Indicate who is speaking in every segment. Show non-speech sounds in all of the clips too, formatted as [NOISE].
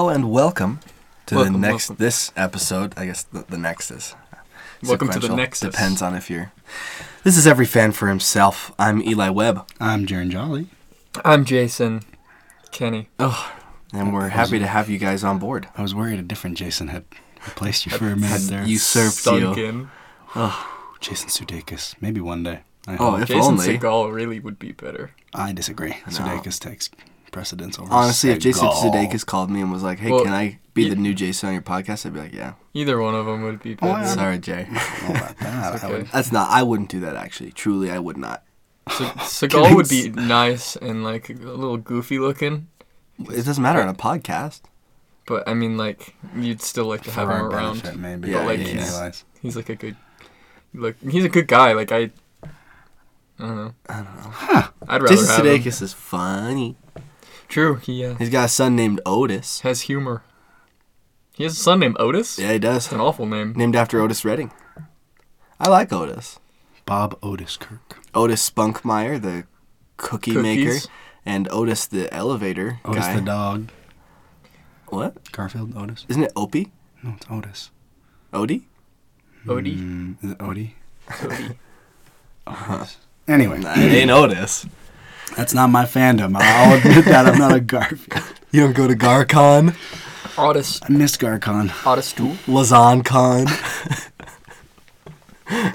Speaker 1: welcome to
Speaker 2: Welcome,
Speaker 1: the next
Speaker 2: welcome.
Speaker 1: this episode. I guess the, the next is.
Speaker 2: Welcome to the
Speaker 1: sequential.
Speaker 2: Nexus.
Speaker 1: Depends on if you're. This is every fan for himself. I'm Eli Webb,
Speaker 3: I'm Jaren Jolly.
Speaker 2: I'm Jason Kenny.
Speaker 1: and we're happy to have you guys on board.
Speaker 3: I was worried a different Jason had replaced you for a minute there.
Speaker 1: You served you.
Speaker 2: Sunk in.
Speaker 3: Jason Sudeikis. Maybe one day. I,
Speaker 1: Oh,
Speaker 3: hope.
Speaker 1: if
Speaker 2: Jason
Speaker 1: only.
Speaker 2: Segal really would be better.
Speaker 3: I disagree. Sudeikis takes precedence over.
Speaker 1: Honestly, if Jason [LAUGHS]
Speaker 3: Segal.
Speaker 1: Sudeikis called me and was like, "Hey,
Speaker 2: Well,
Speaker 1: can I be
Speaker 2: y-
Speaker 1: the new Jason on your podcast?" I'd be like, "Yeah."
Speaker 2: Either one of them would be
Speaker 1: Oh,
Speaker 2: better.
Speaker 1: Sorry, Jay. [LAUGHS]
Speaker 3: I don't know about that. I would-
Speaker 2: okay.
Speaker 1: That's not. I wouldn't do that. Actually, truly, I would not.
Speaker 2: Se- Segal would be nice and like a little goofy looking,
Speaker 1: It doesn't matter on a podcast.
Speaker 2: but I mean like you'd still like to have
Speaker 3: for
Speaker 2: him
Speaker 3: our
Speaker 2: around.
Speaker 3: benefit, maybe.
Speaker 1: Yeah,
Speaker 3: I
Speaker 2: like,
Speaker 3: didn't
Speaker 2: he's-
Speaker 3: realize.
Speaker 2: He's like a good, look. He's a good guy. Like I, I don't know. I don't know. I'd rather
Speaker 1: Jason
Speaker 2: have him.
Speaker 1: Sudeikis is funny.
Speaker 2: True. He uh,
Speaker 1: He's got a son named Otis.
Speaker 2: has humor. He has a son named Otis.
Speaker 1: Yeah, he does.
Speaker 2: It's an awful name.
Speaker 1: named after Otis Redding. I like Otis.
Speaker 3: Bob Otis Kirk.
Speaker 1: Otis Spunkmeyer, the cookie
Speaker 2: Cookies.
Speaker 1: maker, and Otis the elevator
Speaker 3: Otis
Speaker 1: guy.
Speaker 3: the dog.
Speaker 1: what?
Speaker 3: Garfield Otis.
Speaker 1: Isn't it Opie?
Speaker 3: No, it's Otis.
Speaker 1: Odie?
Speaker 2: Odie.
Speaker 3: Mm, is it Odie?
Speaker 2: Odie.
Speaker 3: Otis. Anyway,
Speaker 1: Uh-huh.
Speaker 3: [CLEARS THROAT]
Speaker 1: Nah, it ain't Otis.
Speaker 3: that's not my fandom. I'll admit that I'm not a Garfield.
Speaker 1: You don't go to Garcon,
Speaker 2: Otis.
Speaker 3: I miss Garcon.
Speaker 2: Otis too.
Speaker 1: LazanCon. I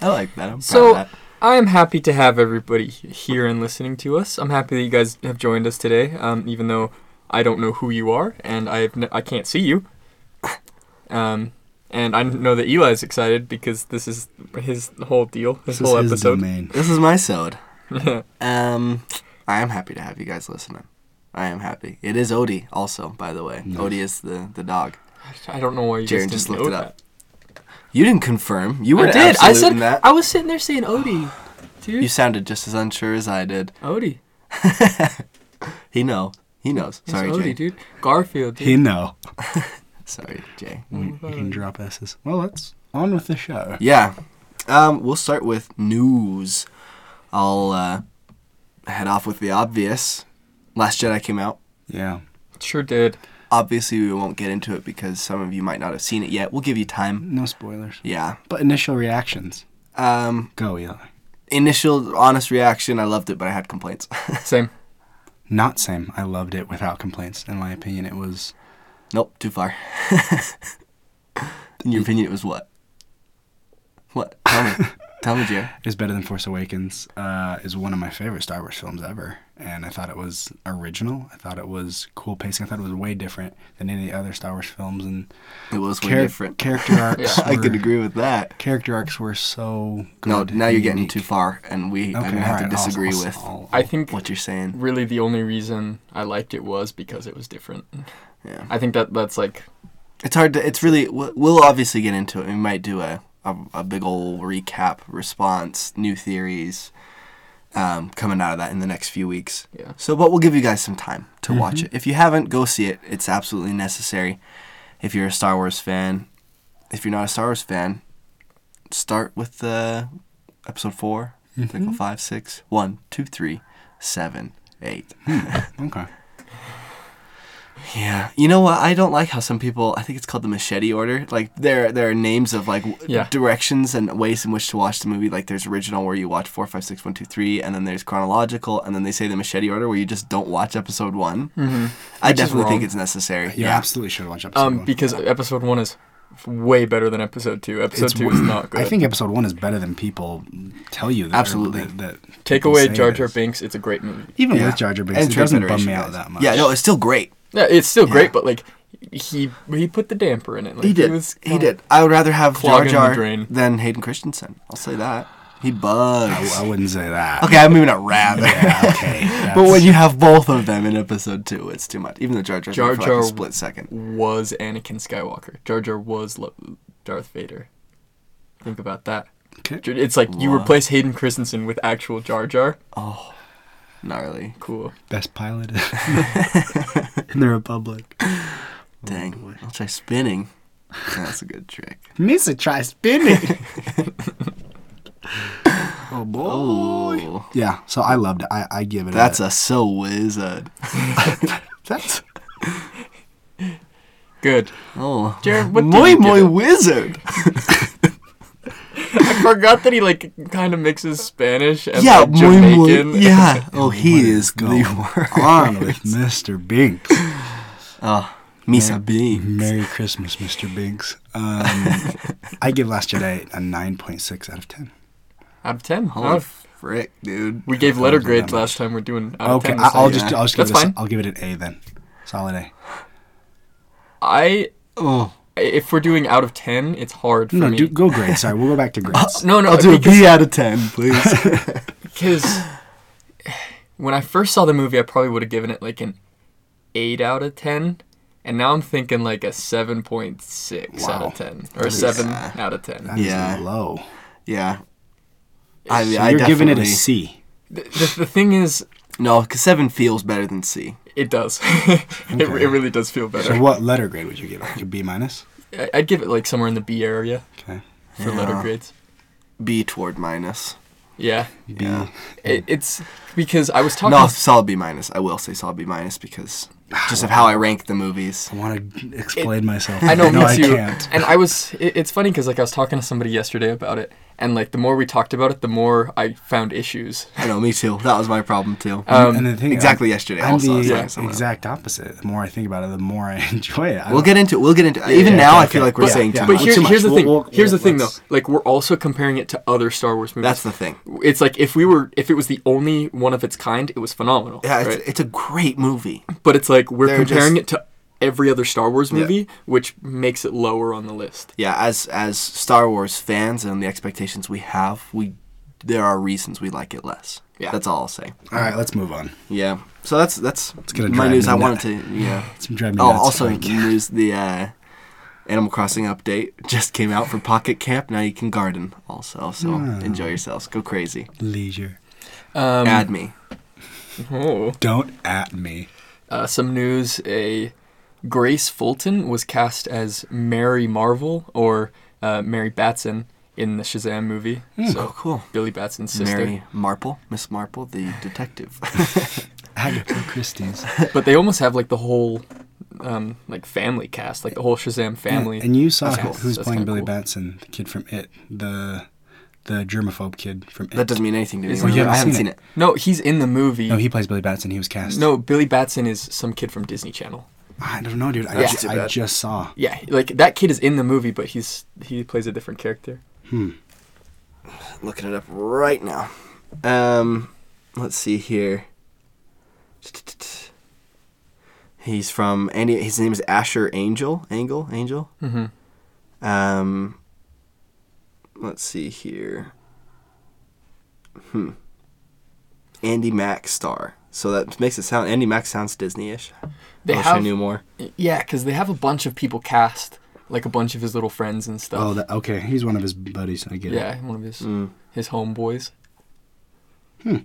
Speaker 1: like that. I'm
Speaker 2: So-
Speaker 1: proud of that.
Speaker 2: I am happy to have everybody he- here and listening to us. I'm happy that you guys have joined us today, um, even though I don't know who you are and I have n- I can't see you. [COUGHS] Um, and I know that Eli's excited because this is his whole deal, his
Speaker 3: This is
Speaker 2: whole
Speaker 3: his
Speaker 2: episode.
Speaker 3: domain.
Speaker 1: This is my
Speaker 2: [LAUGHS]
Speaker 1: sode. Um, I am happy to have you guys listening. I am happy. It is Odie, also, by the way. Odie is the, the dog.
Speaker 2: I don't know why you
Speaker 1: Jaren
Speaker 2: guys
Speaker 1: just
Speaker 2: didn't
Speaker 1: looked it
Speaker 2: know
Speaker 1: up. You didn't confirm. You were
Speaker 2: that. I did. I said
Speaker 1: that.
Speaker 2: I was sitting there
Speaker 1: [GASPS]
Speaker 2: saying Odie, dude.
Speaker 1: You sounded just as unsure as I did.
Speaker 2: Odie.
Speaker 1: He know. He knows.
Speaker 2: It's
Speaker 1: Sorry,
Speaker 2: Odie,
Speaker 1: Jay.
Speaker 2: dude. Garfield, dude.
Speaker 3: He know.
Speaker 1: Sorry, Jay.
Speaker 3: We, we can drop S's. Well, let's on with the show.
Speaker 1: Yeah. Um, we'll start with news. I'll uh, head off with the obvious. Last Jedi came out.
Speaker 3: Yeah.
Speaker 2: Sure did.
Speaker 1: Obviously, we won't get into it because some of you might not have seen it yet. We'll give you time.
Speaker 3: No spoilers.
Speaker 1: Yeah.
Speaker 3: But initial reactions.
Speaker 1: Um,
Speaker 3: Go, Eli.
Speaker 1: initial honest reaction. I loved it, but I had complaints. [LAUGHS]
Speaker 2: Same.
Speaker 3: Not same. I loved it without complaints. In my opinion, it was
Speaker 1: nope, too far. [LAUGHS] In your opinion, it was what? What? Tell me. Tell me, Jay.
Speaker 3: is better than Force Awakens. Uh, is one of my favorite Star Wars films ever, and I thought it was original. I thought it was cool pacing. I thought it was way different than any of the other Star Wars films, and
Speaker 1: It was way
Speaker 3: char-
Speaker 1: different. [LAUGHS]
Speaker 3: character arcs.
Speaker 1: I
Speaker 3: were,
Speaker 1: could agree with that.
Speaker 3: Character arcs were so good.
Speaker 1: No, now you're
Speaker 3: and
Speaker 1: getting
Speaker 3: unique.
Speaker 1: too far, and we I'm
Speaker 3: Okay,
Speaker 1: gonna have
Speaker 3: alright,
Speaker 1: to
Speaker 3: I'll-
Speaker 1: disagree
Speaker 3: I'll-
Speaker 1: with
Speaker 3: I'll-
Speaker 2: I think
Speaker 1: what you're saying.
Speaker 2: really the only reason I liked it was because it was different.
Speaker 1: Yeah,
Speaker 2: I think that that's like
Speaker 1: it's hard to. It's really. we- We'll obviously get into it. We might do a a, a big old recap, response, new theories, um, coming out of that in the next few weeks.
Speaker 2: Yeah.
Speaker 1: So, but we'll give you guys some time to watch it. If you haven't, go see it. It's absolutely necessary. If you're a Star Wars fan, if you're not a Star Wars fan, start with the episode four, pickle five, six, one, two, three, seven, eight.
Speaker 3: okay.
Speaker 1: Yeah, you know what? I don't like how some people. I think it's called the machete order. Like there, there are names of like w-
Speaker 2: Yeah.
Speaker 1: directions and ways in which to watch the movie. Like there's original where you watch four, five, six, one, two, three, and then there's chronological, and then they say the machete order where you just don't watch episode one.
Speaker 3: Hmm.
Speaker 1: Mm-hmm. I
Speaker 2: Which is
Speaker 1: definitely think
Speaker 2: wrong.
Speaker 1: it's necessary.
Speaker 3: You
Speaker 1: yeah,
Speaker 3: absolutely should watch episode
Speaker 2: um
Speaker 3: one.
Speaker 2: because episode one is f- way better than episode two. Episode two is not good.
Speaker 3: I think episode one is better than people tell you. That,
Speaker 1: Absolutely.
Speaker 3: That, that
Speaker 2: Take
Speaker 3: people
Speaker 2: away
Speaker 3: say
Speaker 2: Jar
Speaker 3: it
Speaker 2: Jar
Speaker 3: is.
Speaker 2: Binks, it's a great movie.
Speaker 3: Even
Speaker 1: yeah.
Speaker 3: with Jar Jar Binks,
Speaker 1: And
Speaker 3: it doesn't bum
Speaker 1: Transfiguration,
Speaker 3: me
Speaker 1: guys.
Speaker 3: out that much.
Speaker 1: Yeah, no, it's still great.
Speaker 2: Yeah, it's still great, but like he he put the damper in it. Like,
Speaker 1: He did.
Speaker 2: was
Speaker 1: he
Speaker 2: kinda-
Speaker 1: did. I would rather have Jar
Speaker 2: clogging the
Speaker 1: Jar
Speaker 2: drain.
Speaker 1: than Hayden Christensen. I'll say that. He
Speaker 3: I,
Speaker 1: bugs.
Speaker 3: Oh, I wouldn't say that.
Speaker 1: okay, I'm moving not rather.
Speaker 3: Yeah, okay.
Speaker 1: [LAUGHS] But
Speaker 3: that's-
Speaker 1: when you have both of them in episode two, it's too much. Even though Jar Jar's
Speaker 2: Jar
Speaker 1: there for like
Speaker 2: Jar-
Speaker 1: a split second.
Speaker 2: Was Anakin Skywalker. Jar Jar was Lo- Darth Vader. Think about that. J-
Speaker 3: Okay.
Speaker 2: It's like you
Speaker 1: What?
Speaker 2: replace Hayden Christensen with actual Jar Jar.
Speaker 3: Oh,
Speaker 1: Gnarly.
Speaker 2: Cool.
Speaker 3: best pilot
Speaker 1: [LAUGHS]
Speaker 3: in the Republic.
Speaker 1: Dang. I'll try spinning. That's a good trick.
Speaker 3: Misa
Speaker 1: [LAUGHS]
Speaker 3: try spinning. oh [LAUGHS] boy.
Speaker 1: Oh,
Speaker 3: Yeah, so I loved it. I, I give it. [LAUGHS]
Speaker 1: that's
Speaker 3: a,
Speaker 1: a so wizard.
Speaker 3: that's
Speaker 2: Good.
Speaker 1: Oh, [SIGHS]
Speaker 2: Jared, what did
Speaker 1: Moy
Speaker 2: you give
Speaker 1: Moy
Speaker 2: it?
Speaker 1: Wizard.
Speaker 2: I forgot that he like kind of mixes Spanish and
Speaker 1: yeah,
Speaker 2: like,
Speaker 1: Moy
Speaker 2: Jamaican.
Speaker 1: Moy. [LAUGHS]
Speaker 3: [LAUGHS]
Speaker 1: Yeah. Oh, he
Speaker 3: What
Speaker 1: is
Speaker 3: going
Speaker 1: the [LAUGHS] worst.
Speaker 3: [LAUGHS] on with Mr. Binks.
Speaker 1: Oh, Misa Bean.
Speaker 3: Merry Christmas, Mr. Binks. Um,
Speaker 1: [LAUGHS]
Speaker 3: I give Last Jedi a 9.6 out of 10.
Speaker 2: Out of ten.
Speaker 1: Holy
Speaker 2: Oh,
Speaker 1: frick, dude.
Speaker 2: we gave
Speaker 3: that
Speaker 2: letter
Speaker 3: wasn't that
Speaker 2: grades
Speaker 3: much.
Speaker 2: last time. We're doing out
Speaker 3: Okay,
Speaker 2: of ten.
Speaker 3: I-
Speaker 2: this
Speaker 3: I'll
Speaker 2: time.
Speaker 3: just
Speaker 1: yeah.
Speaker 3: I'll just give
Speaker 2: That's
Speaker 3: it a,
Speaker 2: fine.
Speaker 3: I'll give it an A then. Solid A.
Speaker 2: I
Speaker 1: Oh.
Speaker 2: if we're doing out of ten, it's hard for
Speaker 3: No,
Speaker 2: me.
Speaker 3: do, go grades. Sorry, we'll go back to grades.
Speaker 2: no, no,
Speaker 3: [LAUGHS]
Speaker 1: I'll do a
Speaker 2: because-
Speaker 1: B out of 10, please.
Speaker 2: Because when I first saw the movie, I probably would have given it like an 8 out of 10. And now I'm thinking like a 7.6 out
Speaker 3: Wow.
Speaker 2: of 10.
Speaker 1: That
Speaker 2: Or
Speaker 1: is-
Speaker 2: 7
Speaker 1: uh,
Speaker 2: out of 10.
Speaker 3: That is
Speaker 1: Yeah.
Speaker 3: low.
Speaker 1: yeah. I,
Speaker 3: So
Speaker 1: I
Speaker 3: you're giving it
Speaker 1: definitely-
Speaker 3: a C.
Speaker 2: The, the, the thing is,
Speaker 1: No, because 7 feels better than C.
Speaker 2: it does. [LAUGHS] it, it
Speaker 3: Okay.
Speaker 2: really does feel better.
Speaker 3: So what letter grade would you give it? Like a B minus?
Speaker 2: I- I'd give it like somewhere in the B area
Speaker 3: Okay.
Speaker 2: for letter
Speaker 1: Yeah.
Speaker 2: grades.
Speaker 1: B toward minus.
Speaker 2: Yeah.
Speaker 3: B.
Speaker 1: Yeah.
Speaker 2: It, it's because I was talking.
Speaker 1: No, solid B minus. I will say solid B minus because just of how I rank the movies.
Speaker 3: I want to explain myself.
Speaker 2: I know,
Speaker 3: [LAUGHS] no,
Speaker 2: me too.
Speaker 3: I can't.
Speaker 2: And I was, it, it's funny because like I was talking to somebody yesterday about it, and like the more we talked about it, the more I found issues.
Speaker 1: I know, me too. That was my problem too.
Speaker 2: Um,
Speaker 3: and the thing,
Speaker 1: exactly yesterday.
Speaker 3: I'm
Speaker 1: also, I was
Speaker 3: the
Speaker 1: talking to someone else.
Speaker 3: exact opposite. The more I think about it, the more I [LAUGHS] enjoy it. I
Speaker 1: We'll
Speaker 3: don't-
Speaker 1: get into it. We'll get into it. Even
Speaker 3: yeah,
Speaker 1: now,
Speaker 3: okay,
Speaker 1: I feel
Speaker 3: okay.
Speaker 1: like we're
Speaker 3: Yeah,
Speaker 1: saying
Speaker 3: yeah.
Speaker 1: too
Speaker 2: But
Speaker 1: much.
Speaker 3: Not
Speaker 2: here,
Speaker 3: too much.
Speaker 2: here's the
Speaker 3: We'll-
Speaker 2: thing.
Speaker 3: we'll-
Speaker 2: here's the
Speaker 3: we'll-
Speaker 2: thing, though.
Speaker 3: let's-
Speaker 2: Like we're also comparing it to other Star Wars movies.
Speaker 1: That's the thing.
Speaker 2: It's like if we were, if it was the only one of its kind, it was phenomenal.
Speaker 1: Yeah, it's,
Speaker 2: right?
Speaker 1: it's a great movie.
Speaker 2: but it's like we're
Speaker 1: they're
Speaker 2: comparing
Speaker 1: just-
Speaker 2: it to every other Star Wars movie, which makes it lower on the list.
Speaker 1: Yeah, as as Star Wars fans and the expectations we have, we there are reasons we like it less.
Speaker 2: Yeah.
Speaker 1: that's all I'll say.
Speaker 3: All right, let's move on.
Speaker 1: Yeah. So that's that's
Speaker 3: gonna
Speaker 1: my
Speaker 3: drive
Speaker 1: news.
Speaker 3: me
Speaker 1: I
Speaker 3: nuts.
Speaker 1: wanted to. Yeah.
Speaker 3: [LAUGHS] It's driving me
Speaker 1: Oh,
Speaker 3: nuts.
Speaker 1: also
Speaker 3: Like, [LAUGHS]
Speaker 1: news. The uh, Animal Crossing update just came out for Pocket Camp. Now you can garden also. So
Speaker 3: Ah.
Speaker 1: enjoy yourselves. Go crazy.
Speaker 3: leisure.
Speaker 2: Um,
Speaker 1: Add me.
Speaker 2: oh.
Speaker 3: Don't at me.
Speaker 2: uh, some news: a Grace Fulton was cast as Mary Marvel or uh, Mary Batson in the Shazam movie.
Speaker 3: Hmm.
Speaker 1: Oh,
Speaker 2: So [LAUGHS]
Speaker 1: cool.
Speaker 2: Billy Batson's sister.
Speaker 1: Mary Marple, Miss Marple, the
Speaker 3: [LAUGHS]
Speaker 1: detective.
Speaker 3: Agatha Christie's.
Speaker 2: [LAUGHS] But they almost have like the whole um, like family cast, like the whole Shazam family.
Speaker 3: And you saw
Speaker 2: That's cool.
Speaker 3: who's
Speaker 2: That's
Speaker 3: playing
Speaker 2: kinda
Speaker 3: Billy
Speaker 2: cool.
Speaker 3: Batson, the kid from It, the the germaphobe kid from It.
Speaker 1: that doesn't mean anything to me.
Speaker 2: It's- Well, you
Speaker 1: I
Speaker 3: haven't
Speaker 1: haven't
Speaker 3: seen
Speaker 1: seen
Speaker 3: it.
Speaker 1: it.
Speaker 2: No, he's in the movie.
Speaker 3: no,
Speaker 2: No,
Speaker 3: he plays Billy Batson. He was cast.
Speaker 2: Billy Batson is some kid from Disney Channel.
Speaker 3: I don't know, dude. I,
Speaker 1: That's
Speaker 3: ju-
Speaker 1: too
Speaker 3: I
Speaker 1: bad.
Speaker 3: just saw.
Speaker 2: Yeah, like that kid is in the movie, but he's he plays a different character.
Speaker 1: Looking it up right now. Um, let's see here. He's from Andy. His name is Asher Angel. Angel. Angel.
Speaker 2: Mm-hmm.
Speaker 1: Um, let's see here. Hmm. Andy Mack star. So that makes it sound Andy Mack sounds Disney-ish.
Speaker 2: They
Speaker 1: I wish I
Speaker 2: have-
Speaker 1: Oh, knew more.
Speaker 2: Yeah, because they have a bunch of people cast, like a bunch of his little friends and stuff.
Speaker 3: Oh, that, okay. He's one of his buddies. I get it.
Speaker 2: yeah, one of his
Speaker 1: Mm.
Speaker 2: his homeboys.
Speaker 3: Oh,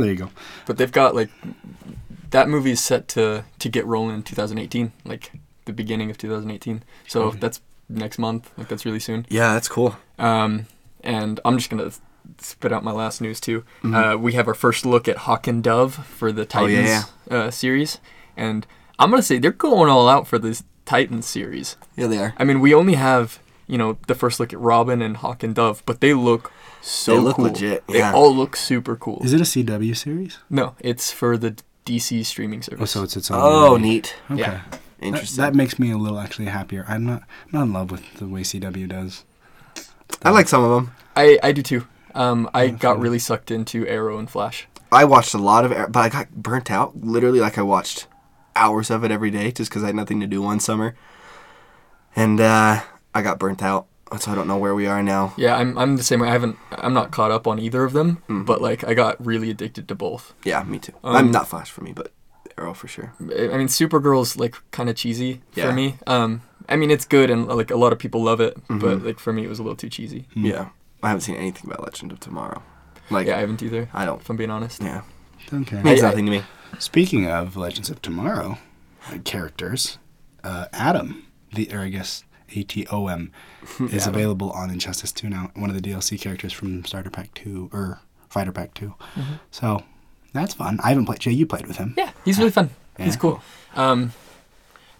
Speaker 3: there you go.
Speaker 2: But they've got like that movie is set to to get rolling in 2018, like the beginning of 2018. So that's next month. Like that's really soon.
Speaker 1: Yeah, that's cool.
Speaker 2: Um, and I'm just gonna spit out my last news too. Uh, we have our first look at Hawk and Dove for the
Speaker 1: Mm-hmm. Oh, yeah,
Speaker 2: Titans uh, series, and I'm gonna say they're going all out for this Titans series.
Speaker 1: Yeah, they are.
Speaker 2: I mean, we only have you know the first look at Robin and Hawk and Dove, but they look so
Speaker 1: They look
Speaker 2: cool.
Speaker 1: legit,
Speaker 2: They
Speaker 1: yeah.
Speaker 2: all look super cool.
Speaker 3: Is it a CW series?
Speaker 2: no, it's for the DC streaming
Speaker 3: Oh,
Speaker 2: service.
Speaker 3: so it's its own.
Speaker 1: Oh,
Speaker 3: movie.
Speaker 1: neat.
Speaker 3: Okay.
Speaker 2: Yeah.
Speaker 3: That,
Speaker 1: Interesting.
Speaker 3: that makes me a little actually happier. I'm not I'm not in love with the way CW does.
Speaker 1: I like some of them.
Speaker 2: I I do too. Um, I got really sucked into Arrow and Flash.
Speaker 1: I watched a lot of, but I got burnt out. Literally, like I watched hours of it every day just because I had nothing to do one summer, and uh, I got burnt out. So I don't know where we are now.
Speaker 2: Yeah, I'm I'm the same way. I haven't I'm not caught up on either of them,
Speaker 1: Mm-hmm.
Speaker 2: but like I got really addicted to both.
Speaker 1: Yeah, me too.
Speaker 2: Um,
Speaker 1: I'm not Flash for me, but Arrow for sure.
Speaker 2: I I mean, Supergirl's like kind of cheesy
Speaker 1: Yeah.
Speaker 2: for me. Um, I mean, it's good and like a lot of people love it,
Speaker 1: Mm-hmm.
Speaker 2: but like for me, it was a little too cheesy.
Speaker 1: Yeah, I haven't seen anything about Legend of Tomorrow. Like,
Speaker 2: Mm-hmm. yeah, I haven't either.
Speaker 1: I don't.
Speaker 2: If I'm being honest.
Speaker 1: Yeah,
Speaker 3: Okay.
Speaker 1: means
Speaker 2: I-
Speaker 1: nothing to me.
Speaker 3: Speaking of Legends of Tomorrow, like characters, uh, Adam, the or I guess A T O [LAUGHS] M, is available on Injustice Two now. One of the DLC characters from Starter Pack Two or Fighter Pack 2 So that's fun. I haven't played. Jay, you played with him.
Speaker 2: Yeah, he's really fun. He's
Speaker 3: Yeah.
Speaker 2: cool. Um,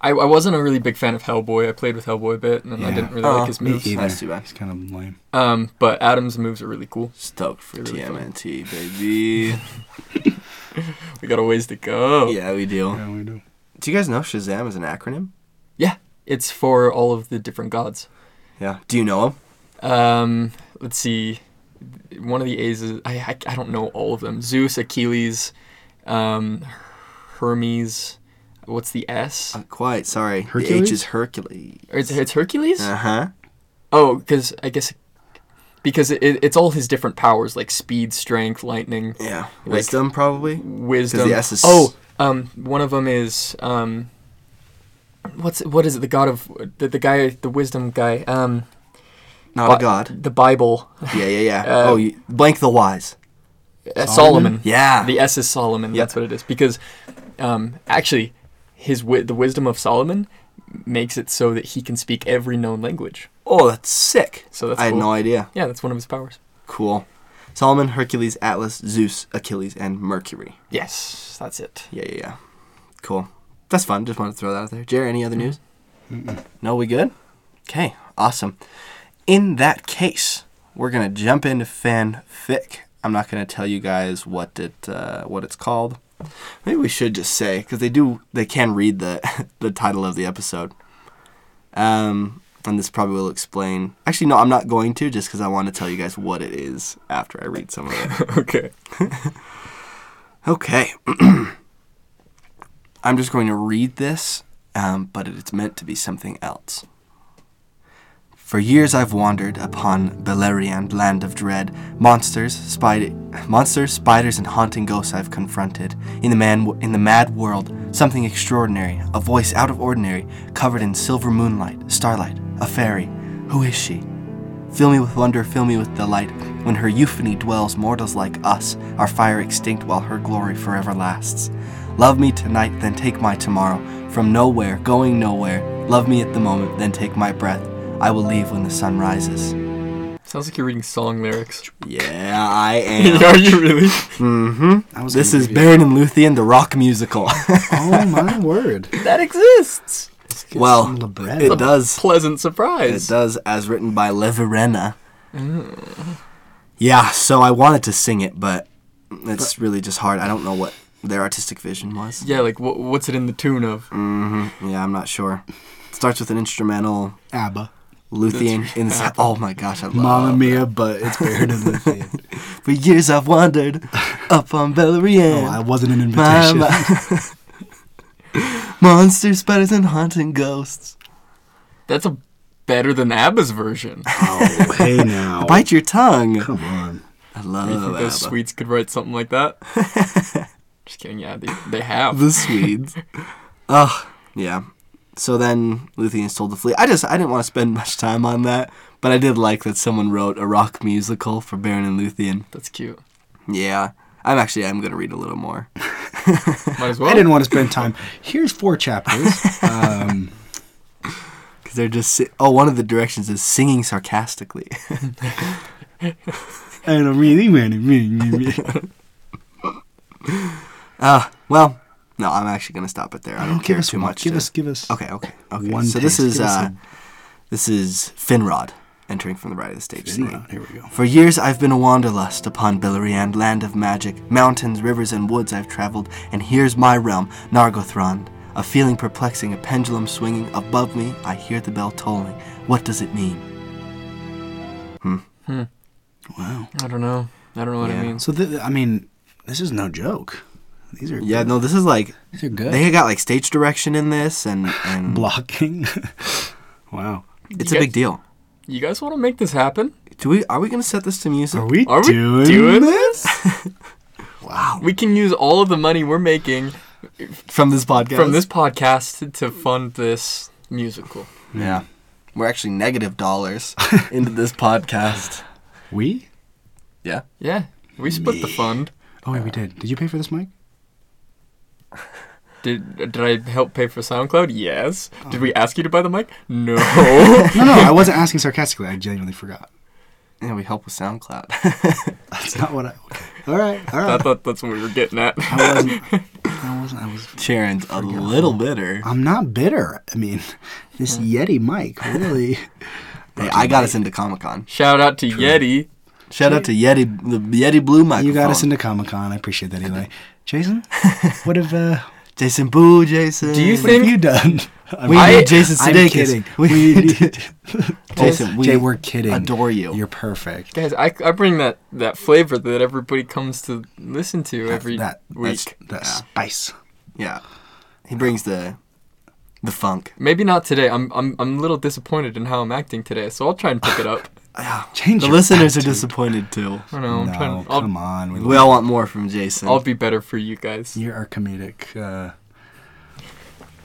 Speaker 2: I, I wasn't a really big fan of Hellboy. I played with Hellboy a bit, and I
Speaker 3: Yeah.
Speaker 2: didn't really
Speaker 1: Oh,
Speaker 2: like his
Speaker 1: me
Speaker 2: moves.
Speaker 1: either. That's too bad.
Speaker 3: He's kind of lame.
Speaker 2: Um, but Adam's moves are really cool.
Speaker 1: Stoked for
Speaker 2: Really fun.
Speaker 1: TMNT, baby.
Speaker 2: [LAUGHS] We got a ways to go.
Speaker 1: Yeah, we do.
Speaker 3: Yeah, we do.
Speaker 1: Do you guys know Shazam is an acronym?
Speaker 2: It's for all of the different gods.
Speaker 1: Yeah. Do you know him?
Speaker 2: Um, let's see. One of the A's is I, I, I don't know all of them. Zeus, Achilles, um, Hermes. What's the S?
Speaker 1: Not quite. Sorry. The
Speaker 3: Hercules?
Speaker 1: H is Hercules.
Speaker 2: Or it's, it's Hercules.
Speaker 1: Uh huh.
Speaker 2: Oh, because I guess because it, it's all his different powers like speed, strength, lightning,
Speaker 1: Yeah.
Speaker 2: Like-
Speaker 1: Wisdom, probably.
Speaker 2: wisdom.
Speaker 1: the S is-
Speaker 2: Oh, um, one of them is um, what's what is it? The god of the, the guy, the wisdom guy. Um,
Speaker 1: Not
Speaker 2: Bi-
Speaker 1: a
Speaker 2: [LAUGHS]
Speaker 1: god.
Speaker 2: The Bible.
Speaker 1: Yeah, yeah, yeah.
Speaker 2: Uh,
Speaker 1: oh, you, blank the wise.
Speaker 2: Uh,
Speaker 3: Solomon?
Speaker 2: Solomon.
Speaker 1: Yeah.
Speaker 2: The S is Solomon.
Speaker 1: Yeah.
Speaker 2: That's what it is. Because um, actually, his wi- the wisdom of Solomon makes it so that he can speak every known language.
Speaker 1: oh, that's sick.
Speaker 2: So that's
Speaker 1: I had
Speaker 2: cool.
Speaker 1: no idea.
Speaker 2: yeah, that's one of his powers.
Speaker 1: Cool. Solomon, Hercules, Atlas, Zeus, Achilles, and Mercury.
Speaker 2: Yes, that's it. [LAUGHS]
Speaker 1: Yeah, yeah, yeah. Cool. That's fun. Just wanted to throw that out there. Jerry, any other news?
Speaker 3: Mm-mm.
Speaker 1: No, we good? Okay, awesome. In that case, we're gonna jump into fanfic. I'm not gonna tell you guys what it uh, what it's called. Maybe we should just say because they do they can read the [LAUGHS] the title of the episode. Um, and this probably will explain. Actually, no, I'm not going to just because I want to tell you guys what it is after I read some of it.
Speaker 2: okay.
Speaker 1: Okay. [CLEARS THROAT] I'm just going to read this, um, but it's meant to be something else. For years I've wandered upon Beleriand, land of dread. Monsters, spider, monsters, spiders, and haunting ghosts I've confronted. In the man, in the mad world, something extraordinary, a voice out of ordinary, covered in silver moonlight, starlight, a fairy. Who is she? Fill me with wonder, fill me with delight, when her euphony dwells mortals like us, our fire extinct while her glory forever lasts. Love me tonight, then take my tomorrow, from nowhere, going nowhere. Love me at the moment, then take my breath. I will leave when the sun rises.
Speaker 2: Sounds like you're reading song lyrics.
Speaker 1: Yeah, I
Speaker 2: [LAUGHS]
Speaker 3: [LAUGHS]
Speaker 2: Are you really?
Speaker 3: I was
Speaker 1: this
Speaker 3: gonna
Speaker 1: is
Speaker 3: give you-
Speaker 1: Baron and Luthien, the rock musical. [LAUGHS]
Speaker 3: Oh my [LAUGHS] word!
Speaker 2: [LAUGHS] that exists.
Speaker 3: Let's get
Speaker 1: well,
Speaker 3: some libretto.
Speaker 1: it does.
Speaker 2: Pleasant
Speaker 1: It
Speaker 2: surprise.
Speaker 1: does, as written by Leverena. Yeah, so I wanted to sing it, but it's really just hard. I don't know what their artistic vision was.
Speaker 2: Yeah, like wha what's it in the tune of?
Speaker 1: Mm. Yeah, I'm not sure. It starts with an instrumental
Speaker 3: ABBA,
Speaker 1: Luthien in this. Oh my gosh, I love
Speaker 3: Mamma Mia, but it's Baron and [LAUGHS] Luthien.
Speaker 1: For years I've [LAUGHS] wandered up on Beleriand.
Speaker 3: Oh, I wasn't an
Speaker 1: My-
Speaker 3: invitation.
Speaker 1: my- [LAUGHS] Monsters, spiders, and haunting ghosts.
Speaker 2: That's a better than ABBA's version.
Speaker 3: [LAUGHS] Oh, hey now.
Speaker 1: Bite your tongue.
Speaker 3: Come on.
Speaker 1: I
Speaker 2: Do you
Speaker 1: [LAUGHS]
Speaker 2: think
Speaker 1: love
Speaker 2: [LAUGHS] those
Speaker 1: ABBA.
Speaker 2: Swedes could write something like
Speaker 1: [LAUGHS]
Speaker 2: that? Just kidding. Yeah, they, they have.
Speaker 1: the Swedes. [LAUGHS] Ugh, yeah. So then Luthien stole the fleet. I just I didn't want to spend much time on that, but I did like that someone wrote a rock musical for Baron and Luthien.
Speaker 2: That's cute.
Speaker 1: [LAUGHS] Yeah, I'm actually I'm gonna read a little more.
Speaker 2: Might as
Speaker 3: I
Speaker 2: well.
Speaker 3: didn't want to spend time. Here's four chapters. Um,
Speaker 1: Because they're just si- oh, one of the directions is singing sarcastically. [LAUGHS]
Speaker 3: I don't really want [LAUGHS] to.
Speaker 1: Ah, well, no, I'm actually gonna stop it there. I don't
Speaker 3: Oh, Give
Speaker 1: care
Speaker 3: us
Speaker 1: too
Speaker 3: one.
Speaker 1: much.
Speaker 3: Give
Speaker 1: to-
Speaker 3: us. Give us.
Speaker 1: Okay, okay, okay.
Speaker 3: one
Speaker 1: so this
Speaker 3: taste.
Speaker 1: is
Speaker 3: Give us
Speaker 1: uh,
Speaker 3: a-
Speaker 1: this is Finrod entering from the right of the stage. singing.
Speaker 3: Here we go.
Speaker 1: For years I've been a wanderlust upon Beleriand, land of magic. Mountains, rivers, and woods I've traveled, and here's my realm, Nargothrond. A feeling perplexing, a pendulum swinging. Above me, I hear the bell tolling. What does it mean?
Speaker 3: Wow.
Speaker 2: I don't know. I don't know what
Speaker 1: Yeah.
Speaker 2: it means.
Speaker 3: So th- I mean, this is no joke. These are
Speaker 1: Yeah, no, this is like
Speaker 3: These are good. [LAUGHS]
Speaker 1: they got like stage direction in this, and and
Speaker 3: blocking. [LAUGHS] wow.
Speaker 1: it's
Speaker 2: You
Speaker 1: a
Speaker 2: guys-
Speaker 1: big deal.
Speaker 2: You guys want to make this happen?
Speaker 1: Do we? Are we gonna set this to music?
Speaker 3: Are we,
Speaker 2: Are we
Speaker 3: doing,
Speaker 2: doing
Speaker 3: this? [LAUGHS]
Speaker 1: Wow!
Speaker 2: We can use all of the money we're making
Speaker 1: From this podcast.
Speaker 2: from this podcast to fund this musical.
Speaker 1: Yeah. We're actually negative
Speaker 3: [LAUGHS]
Speaker 1: dollars into this podcast.
Speaker 3: We?
Speaker 1: Yeah.
Speaker 2: Yeah, we split the fund.
Speaker 3: Oh wait, we did. Did you pay for this mic?
Speaker 2: Did did I help pay for SoundCloud? Yes. Did
Speaker 3: Oh.
Speaker 2: we ask you to buy the mic?
Speaker 3: [LAUGHS]
Speaker 2: No. [LAUGHS]
Speaker 3: No, no. I [LAUGHS] wasn't asking sarcastically. I genuinely forgot.
Speaker 1: Yeah, we help with SoundCloud.
Speaker 3: That's not what I. Okay. All right, all
Speaker 2: I
Speaker 3: right.
Speaker 2: thought that's what we were getting at.
Speaker 3: I wasn't. I wasn't. I was.
Speaker 1: [LAUGHS] Sharon's a little bitter.
Speaker 3: I'm not bitter. I mean, this Yeti mic really.
Speaker 1: Hey, I got us into Comic Con.
Speaker 2: [LAUGHS] Shout out to Yeti.
Speaker 1: Shout out to Yeti, the Yeti Blue microphone.
Speaker 3: You got us into Comic Con. I appreciate that, Eli.
Speaker 1: [LAUGHS]
Speaker 3: Jason, what have uh,
Speaker 1: Jason Boo, Jason.
Speaker 2: Do you
Speaker 3: what have
Speaker 2: Think-
Speaker 3: you
Speaker 1: [LAUGHS]
Speaker 3: done? I'm,
Speaker 1: We
Speaker 2: I-
Speaker 1: need Jason
Speaker 3: I'm
Speaker 1: Sudeikis. [LAUGHS]
Speaker 3: kidding.
Speaker 1: We need
Speaker 3: [LAUGHS]
Speaker 1: Jason. We
Speaker 3: Jay, we're kidding.
Speaker 1: adore you.
Speaker 3: You're perfect.
Speaker 2: Guys, I, I bring that, that flavor that everybody comes to listen to every
Speaker 3: that,
Speaker 2: week.
Speaker 3: That's, that spice.
Speaker 1: yeah, he brings the the funk.
Speaker 2: Maybe not today. I'm I'm I'm a little disappointed in how I'm acting today, so I'll try and pick it up.
Speaker 3: Change
Speaker 1: The
Speaker 3: your
Speaker 1: listeners are
Speaker 3: attitude.
Speaker 1: disappointed too.
Speaker 2: I don't know. I'm
Speaker 3: No,
Speaker 2: trying. To, I'll,
Speaker 3: come on. We
Speaker 1: We all want more from Jason.
Speaker 2: I'll be better for you guys.
Speaker 3: You're our comedic. Uh,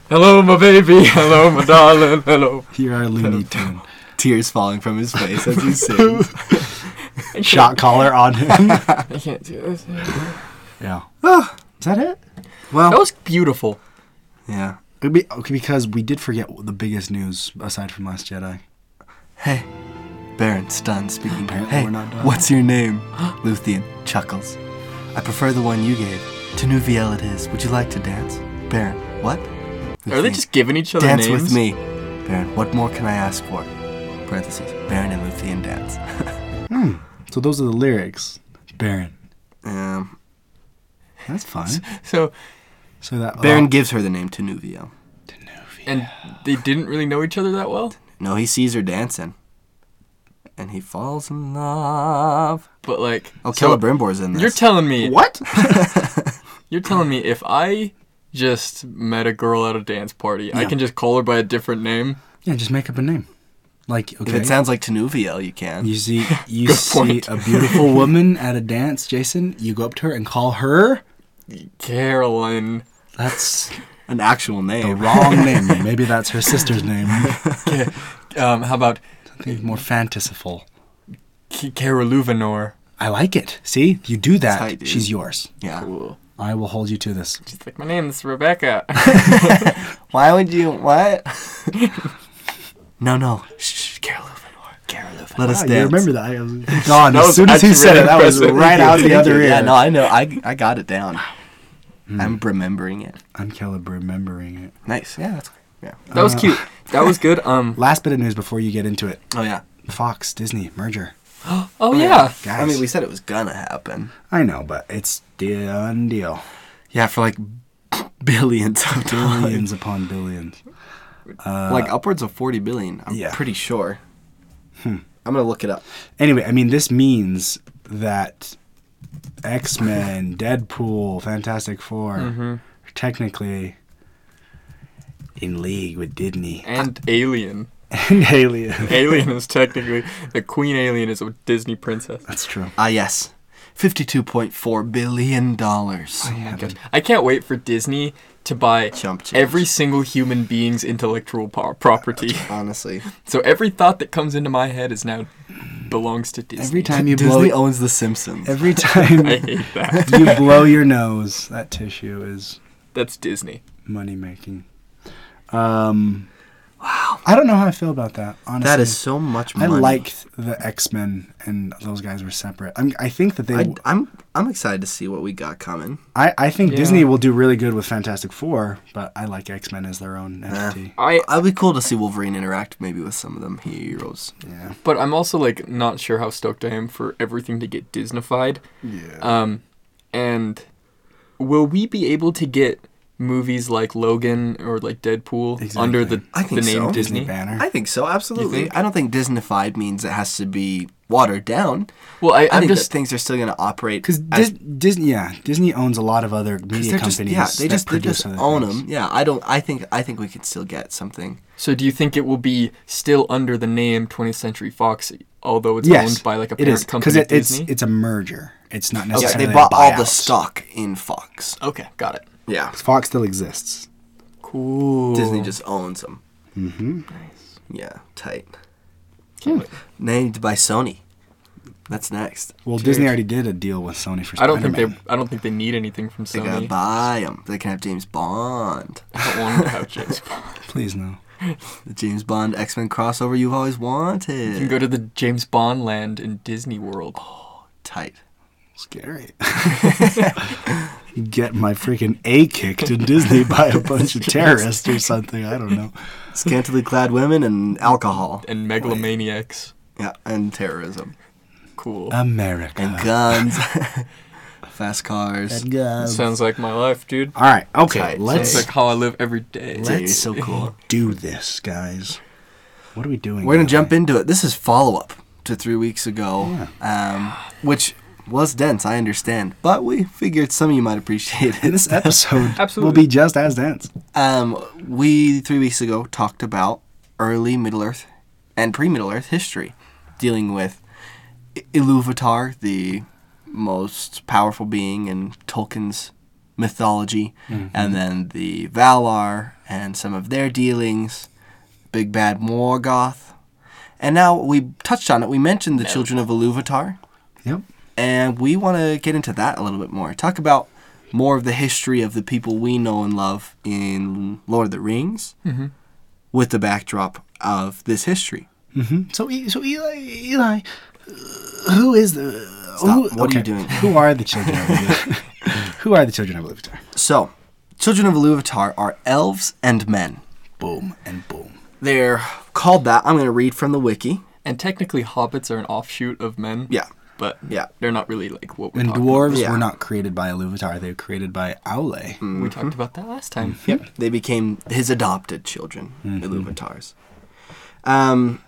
Speaker 2: Hello, my baby. [LAUGHS] Hello, my darling. Hello.
Speaker 3: you're
Speaker 1: [LAUGHS]
Speaker 3: our Looney Tune.
Speaker 1: Tears falling from his face
Speaker 3: [LAUGHS]
Speaker 1: as he sings.
Speaker 3: Shot collar
Speaker 1: [LAUGHS]
Speaker 3: on him.
Speaker 2: I can't do this. That
Speaker 3: yeah.
Speaker 1: Ah.
Speaker 3: Is that it?
Speaker 1: well,
Speaker 2: was beautiful.
Speaker 1: yeah.
Speaker 3: It'd be, okay, because we did forget the biggest news aside from Last Jedi.
Speaker 1: Hey, Baron Stun speaking.
Speaker 3: Apparently
Speaker 1: hey,
Speaker 3: we're not done.
Speaker 1: what's your name? [GASPS] Luthien chuckles. I prefer the one you gave. To Nuviel it is. Would you like to dance? Baron, what?
Speaker 2: Are they
Speaker 1: Luthien,
Speaker 2: just giving each other
Speaker 1: dance
Speaker 2: names?
Speaker 1: with me? Baron, what more can I ask for? Parentheses. Baron and Luthien dance.
Speaker 3: So those are the lyrics. Baron.
Speaker 1: um,
Speaker 3: That's fine.
Speaker 2: So,
Speaker 3: So that
Speaker 1: Baron
Speaker 3: oh,
Speaker 1: gives her the name Tenuvio.
Speaker 2: and they didn't really know each other that well,
Speaker 1: No, he sees her dancing. And he falls in love.
Speaker 2: but like.
Speaker 1: Oh,
Speaker 2: so
Speaker 1: Celebrimbor's in this.
Speaker 2: You're telling me.
Speaker 3: what?
Speaker 2: You're telling me if I just met a girl at a dance party, I
Speaker 3: Yeah.
Speaker 2: can just call her by a different name.
Speaker 3: yeah, just make up a name.
Speaker 1: [LAUGHS]
Speaker 3: Like
Speaker 1: if [LAUGHS]
Speaker 3: okay.
Speaker 1: it sounds like Tenuvio, you can.
Speaker 3: you see
Speaker 1: [LAUGHS]
Speaker 3: you
Speaker 2: Good
Speaker 3: see
Speaker 2: point.
Speaker 3: a beautiful woman at a dance, Jason, you go up to her and call her
Speaker 2: Caroline.
Speaker 3: that's
Speaker 1: An actual
Speaker 3: the
Speaker 1: name.
Speaker 3: wrong
Speaker 1: [LAUGHS]
Speaker 3: name. Maybe that's her sister's name. [LAUGHS]
Speaker 2: Um, how about
Speaker 3: Something more fantasiful.
Speaker 2: K- Carolouvenor?
Speaker 3: I like it. See? You do that,
Speaker 1: how you do.
Speaker 3: she's yours.
Speaker 1: Yeah.
Speaker 2: Cool.
Speaker 3: I will hold you to this.
Speaker 2: She's like, my name is Rebecca. [LAUGHS]
Speaker 1: Why would you what? [LAUGHS] no, no. Shh, Carol Luvanor. Carol Luvanor. Let us
Speaker 3: Ah,
Speaker 1: dance.
Speaker 3: you
Speaker 1: [LAUGHS]
Speaker 3: remember that. I was gone.
Speaker 2: That
Speaker 3: as
Speaker 2: was
Speaker 3: soon as he
Speaker 2: actually
Speaker 3: said
Speaker 2: really
Speaker 3: it, that was
Speaker 2: impressive.
Speaker 1: [LAUGHS]
Speaker 3: right out the
Speaker 1: Thank you.
Speaker 3: other
Speaker 1: Yeah,
Speaker 3: ear.
Speaker 1: no, I know. I I got it down. Hmm. I'm remembering it.
Speaker 3: I'm Caleb remembering it.
Speaker 1: Nice. Yeah, that's yeah.
Speaker 2: That was cute. That was good. Um.
Speaker 3: Last bit of news before you get into it.
Speaker 1: Oh yeah.
Speaker 3: Fox, Disney, merger.
Speaker 2: Oh yeah.
Speaker 3: Guys.
Speaker 1: I mean, we said it was gonna happen.
Speaker 3: I know, but it's done deal.
Speaker 1: Yeah, for like [LAUGHS] billions of dollars.
Speaker 3: Billions upon billions.
Speaker 1: [LAUGHS] like upwards of 40 billion. I'm
Speaker 3: yeah.
Speaker 1: pretty sure. I'm going to look it up.
Speaker 3: Anyway, I mean, this means that X Men, Deadpool, Fantastic 4
Speaker 1: Mm-hmm.
Speaker 3: are technically in league with Disney
Speaker 2: And Alien.
Speaker 3: and [LAUGHS] Alien.
Speaker 2: Alien is technically the Queen Alien is a Disney princess.
Speaker 3: That's true.
Speaker 1: Ah, yes. 52.4 billion dollars.
Speaker 2: Gosh, I can't wait for Disney to buy
Speaker 1: Chump change.
Speaker 2: every single human being's intellectual po- property.
Speaker 1: Honestly.
Speaker 2: So every thought that comes into my head is now belongs to Disney.
Speaker 3: Every time you blow,
Speaker 1: Disney owns the Simpsons.
Speaker 3: every
Speaker 1: [LAUGHS]
Speaker 3: time
Speaker 2: I hate
Speaker 3: [LAUGHS]
Speaker 2: that.
Speaker 3: you blow your nose, that tissue is
Speaker 2: That's Disney.
Speaker 3: money making. Um, wow. I don't know how I feel about that. Honestly,
Speaker 1: that is so much
Speaker 3: I
Speaker 1: money.
Speaker 3: liked the X Men and those guys were separate. I'm, I think that they.
Speaker 1: I,
Speaker 3: I,
Speaker 1: I'm I'm excited to see what we got coming.
Speaker 3: I, think
Speaker 2: Yeah.
Speaker 3: Disney will do really good with Fantastic Four, but I like X Men as their
Speaker 1: Eh.
Speaker 3: own entity.
Speaker 2: I
Speaker 1: It'd be cool to see Wolverine interact maybe with some of them heroes.
Speaker 3: Yeah.
Speaker 2: but I'm also like not sure how stoked I am for everything to get Disneyfied.
Speaker 3: Yeah.
Speaker 2: Um, and will we be able to get movies like Logan or like Deadpool
Speaker 3: Exactly.
Speaker 2: under the,
Speaker 1: I
Speaker 2: the
Speaker 1: think
Speaker 2: name
Speaker 1: so.
Speaker 3: Disney
Speaker 2: Disney?
Speaker 3: banner.
Speaker 1: I think so, absolutely.
Speaker 2: think?
Speaker 1: I don't think Disneyfied means it has to be watered down.
Speaker 2: Well, I,
Speaker 1: I
Speaker 2: I'm
Speaker 1: think
Speaker 2: just
Speaker 1: that things are still going to operate
Speaker 3: Because
Speaker 1: as-
Speaker 3: Disney, yeah, Disney owns a lot of other media
Speaker 1: they're just-
Speaker 3: companies.
Speaker 1: yeah, they
Speaker 3: that
Speaker 1: just they
Speaker 3: produce
Speaker 1: just
Speaker 3: other
Speaker 1: own
Speaker 3: things.
Speaker 1: them. Yeah, I don't. I think I think we could still get something.
Speaker 2: So do you think it will be still under the name 20th Century Fox, although it's
Speaker 3: Yes,
Speaker 2: owned by like a
Speaker 3: it
Speaker 2: parent
Speaker 3: is because
Speaker 2: company,
Speaker 3: it, it's
Speaker 2: Disney?
Speaker 3: it's a merger. It's not
Speaker 1: Yeah,
Speaker 3: necessarily.
Speaker 1: they
Speaker 3: a
Speaker 1: bought all the
Speaker 3: buyout.
Speaker 1: stock in Fox.
Speaker 2: okay, got it.
Speaker 1: Yeah,
Speaker 3: Fox still exists.
Speaker 2: Cool.
Speaker 1: Disney just owns them. Mm-hmm. Nice. Yeah, tight.
Speaker 2: Hmm.
Speaker 1: Named by Sony. That's next.
Speaker 3: Well, Disney already did a deal with Sony for.
Speaker 2: I don't think
Speaker 3: Spider-Man.
Speaker 2: they. I don't think they need anything from
Speaker 1: They gotta
Speaker 2: Sony.
Speaker 1: buy them. They can have James Bond.
Speaker 2: I don't want to have James. Bond.
Speaker 3: Please no.
Speaker 1: The James Bond X Men crossover you've always
Speaker 2: You can
Speaker 1: wanted.
Speaker 2: go to the James Bond land in Disney World.
Speaker 1: Tight.
Speaker 2: [LAUGHS]
Speaker 3: Scary. Get my freaking A kicked in Disney by a bunch
Speaker 1: [LAUGHS]
Speaker 3: of terrorists or something. I don't know.
Speaker 1: Scantily clad women and
Speaker 2: [LAUGHS]
Speaker 1: alcohol.
Speaker 2: and megalomaniacs.
Speaker 1: Yeah, and terrorism.
Speaker 2: Cool.
Speaker 3: Um, America.
Speaker 1: And guns. [LAUGHS] Fast cars.
Speaker 3: And guns.
Speaker 2: Sounds like my life, dude.
Speaker 3: All right. Okay.
Speaker 1: Tight.
Speaker 3: Let's
Speaker 2: It's like how I live every day.
Speaker 1: Dude, you're so cool.
Speaker 3: do this, guys. What are we doing?
Speaker 1: We're gonna
Speaker 3: now?
Speaker 1: jump into it. This is follow up to three weeks ago, um, which was dense. I understand, but we figured some of you might appreciate
Speaker 3: And
Speaker 1: it.
Speaker 3: [LAUGHS] this episode will
Speaker 2: Absolutely.
Speaker 3: be just as dense.
Speaker 1: Um, we three weeks ago talked about early Middle Earth and pre Middle Earth history, dealing with I- Iluvatar, the most powerful being in Tolkien's mythology, and then the Valar and some of their dealings, Big Bad Morgoth, and now we touched on it. We mentioned the children of Iluvatar
Speaker 3: Yep.
Speaker 1: and we want to get into that a little bit more. Talk about more of the history of the people we know and love in Lord of the Rings, with the backdrop of this history.
Speaker 3: hmm So, E- so Eli, Eli, uh, who is the? who-
Speaker 1: What are you doing?
Speaker 3: Who are the children? [LAUGHS] of Levi- who are the children of Levitar?
Speaker 1: So, children of Iluvatar are elves and men.
Speaker 3: Boom and boom.
Speaker 1: They're called that. I'm going to read from the wiki.
Speaker 2: And technically, hobbits are an offshoot of men.
Speaker 1: Yeah.
Speaker 2: But
Speaker 1: Yeah.
Speaker 2: they're not really like what we're
Speaker 3: And
Speaker 2: talking
Speaker 3: dwarves
Speaker 1: Yeah.
Speaker 3: were not created by Iluvatar; they were created by Aule.
Speaker 2: about. We
Speaker 1: Mm-hmm.
Speaker 2: talked about that last time.
Speaker 1: Yep. They became his adopted children, Iluvatars. Um,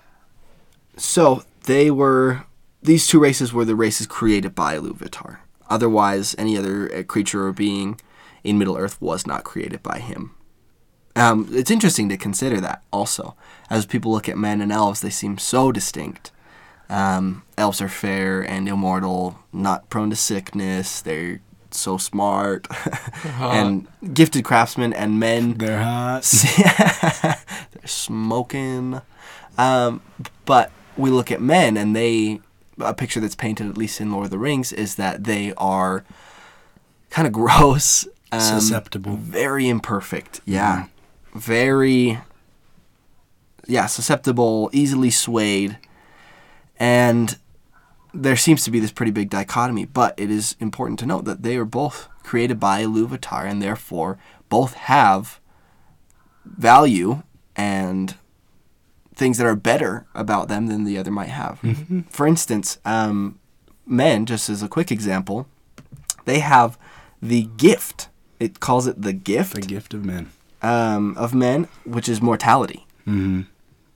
Speaker 1: so they were these two races were the races created by Iluvatar. Otherwise, any other uh, creature or being in Middle Earth was not created by him. Um, it's interesting to consider that also. As people look at men and elves, they seem so distinct. Um, elves are fair and immortal, not prone to sickness. They're so smart [LAUGHS] and gifted craftsmen, and men
Speaker 3: They're uh, [LAUGHS] hot.
Speaker 1: [LAUGHS] they're smoking. Um, but we look at men, and they a picture that's painted at least in Lord of the Rings is that they are kind of [LAUGHS] gross, um,
Speaker 3: Susceptible.
Speaker 1: very imperfect. Yeah, very yeah susceptible, easily swayed, and there seems to be this pretty big dichotomy, but it is important to note that they are both created by Iluvatar and therefore both have value and things that are better about them than the other might have. For instance, um, men, just as a quick example, they have the gift. It calls it the gift
Speaker 3: The gift of men.
Speaker 1: um, of men, which is mortality,
Speaker 3: Mm-hmm.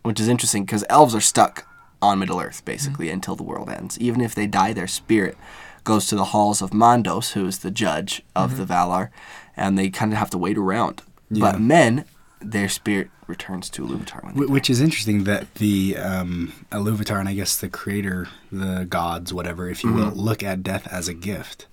Speaker 1: which is interesting because elves are stuck on Middle Earth basically
Speaker 3: Mm-hmm.
Speaker 1: until the world ends. Even if they die, their spirit goes to the halls of Mondos, who is the judge of the Valar, and they kind of have to wait around.
Speaker 3: Mm-hmm. Yeah.
Speaker 1: But men, their spirit returns to Iluvatar when they
Speaker 3: Wh- Which is interesting that the um, Iluvatar and I guess the creator, the gods, whatever, if you will,
Speaker 1: Mm-hmm.
Speaker 3: look at death as a gift,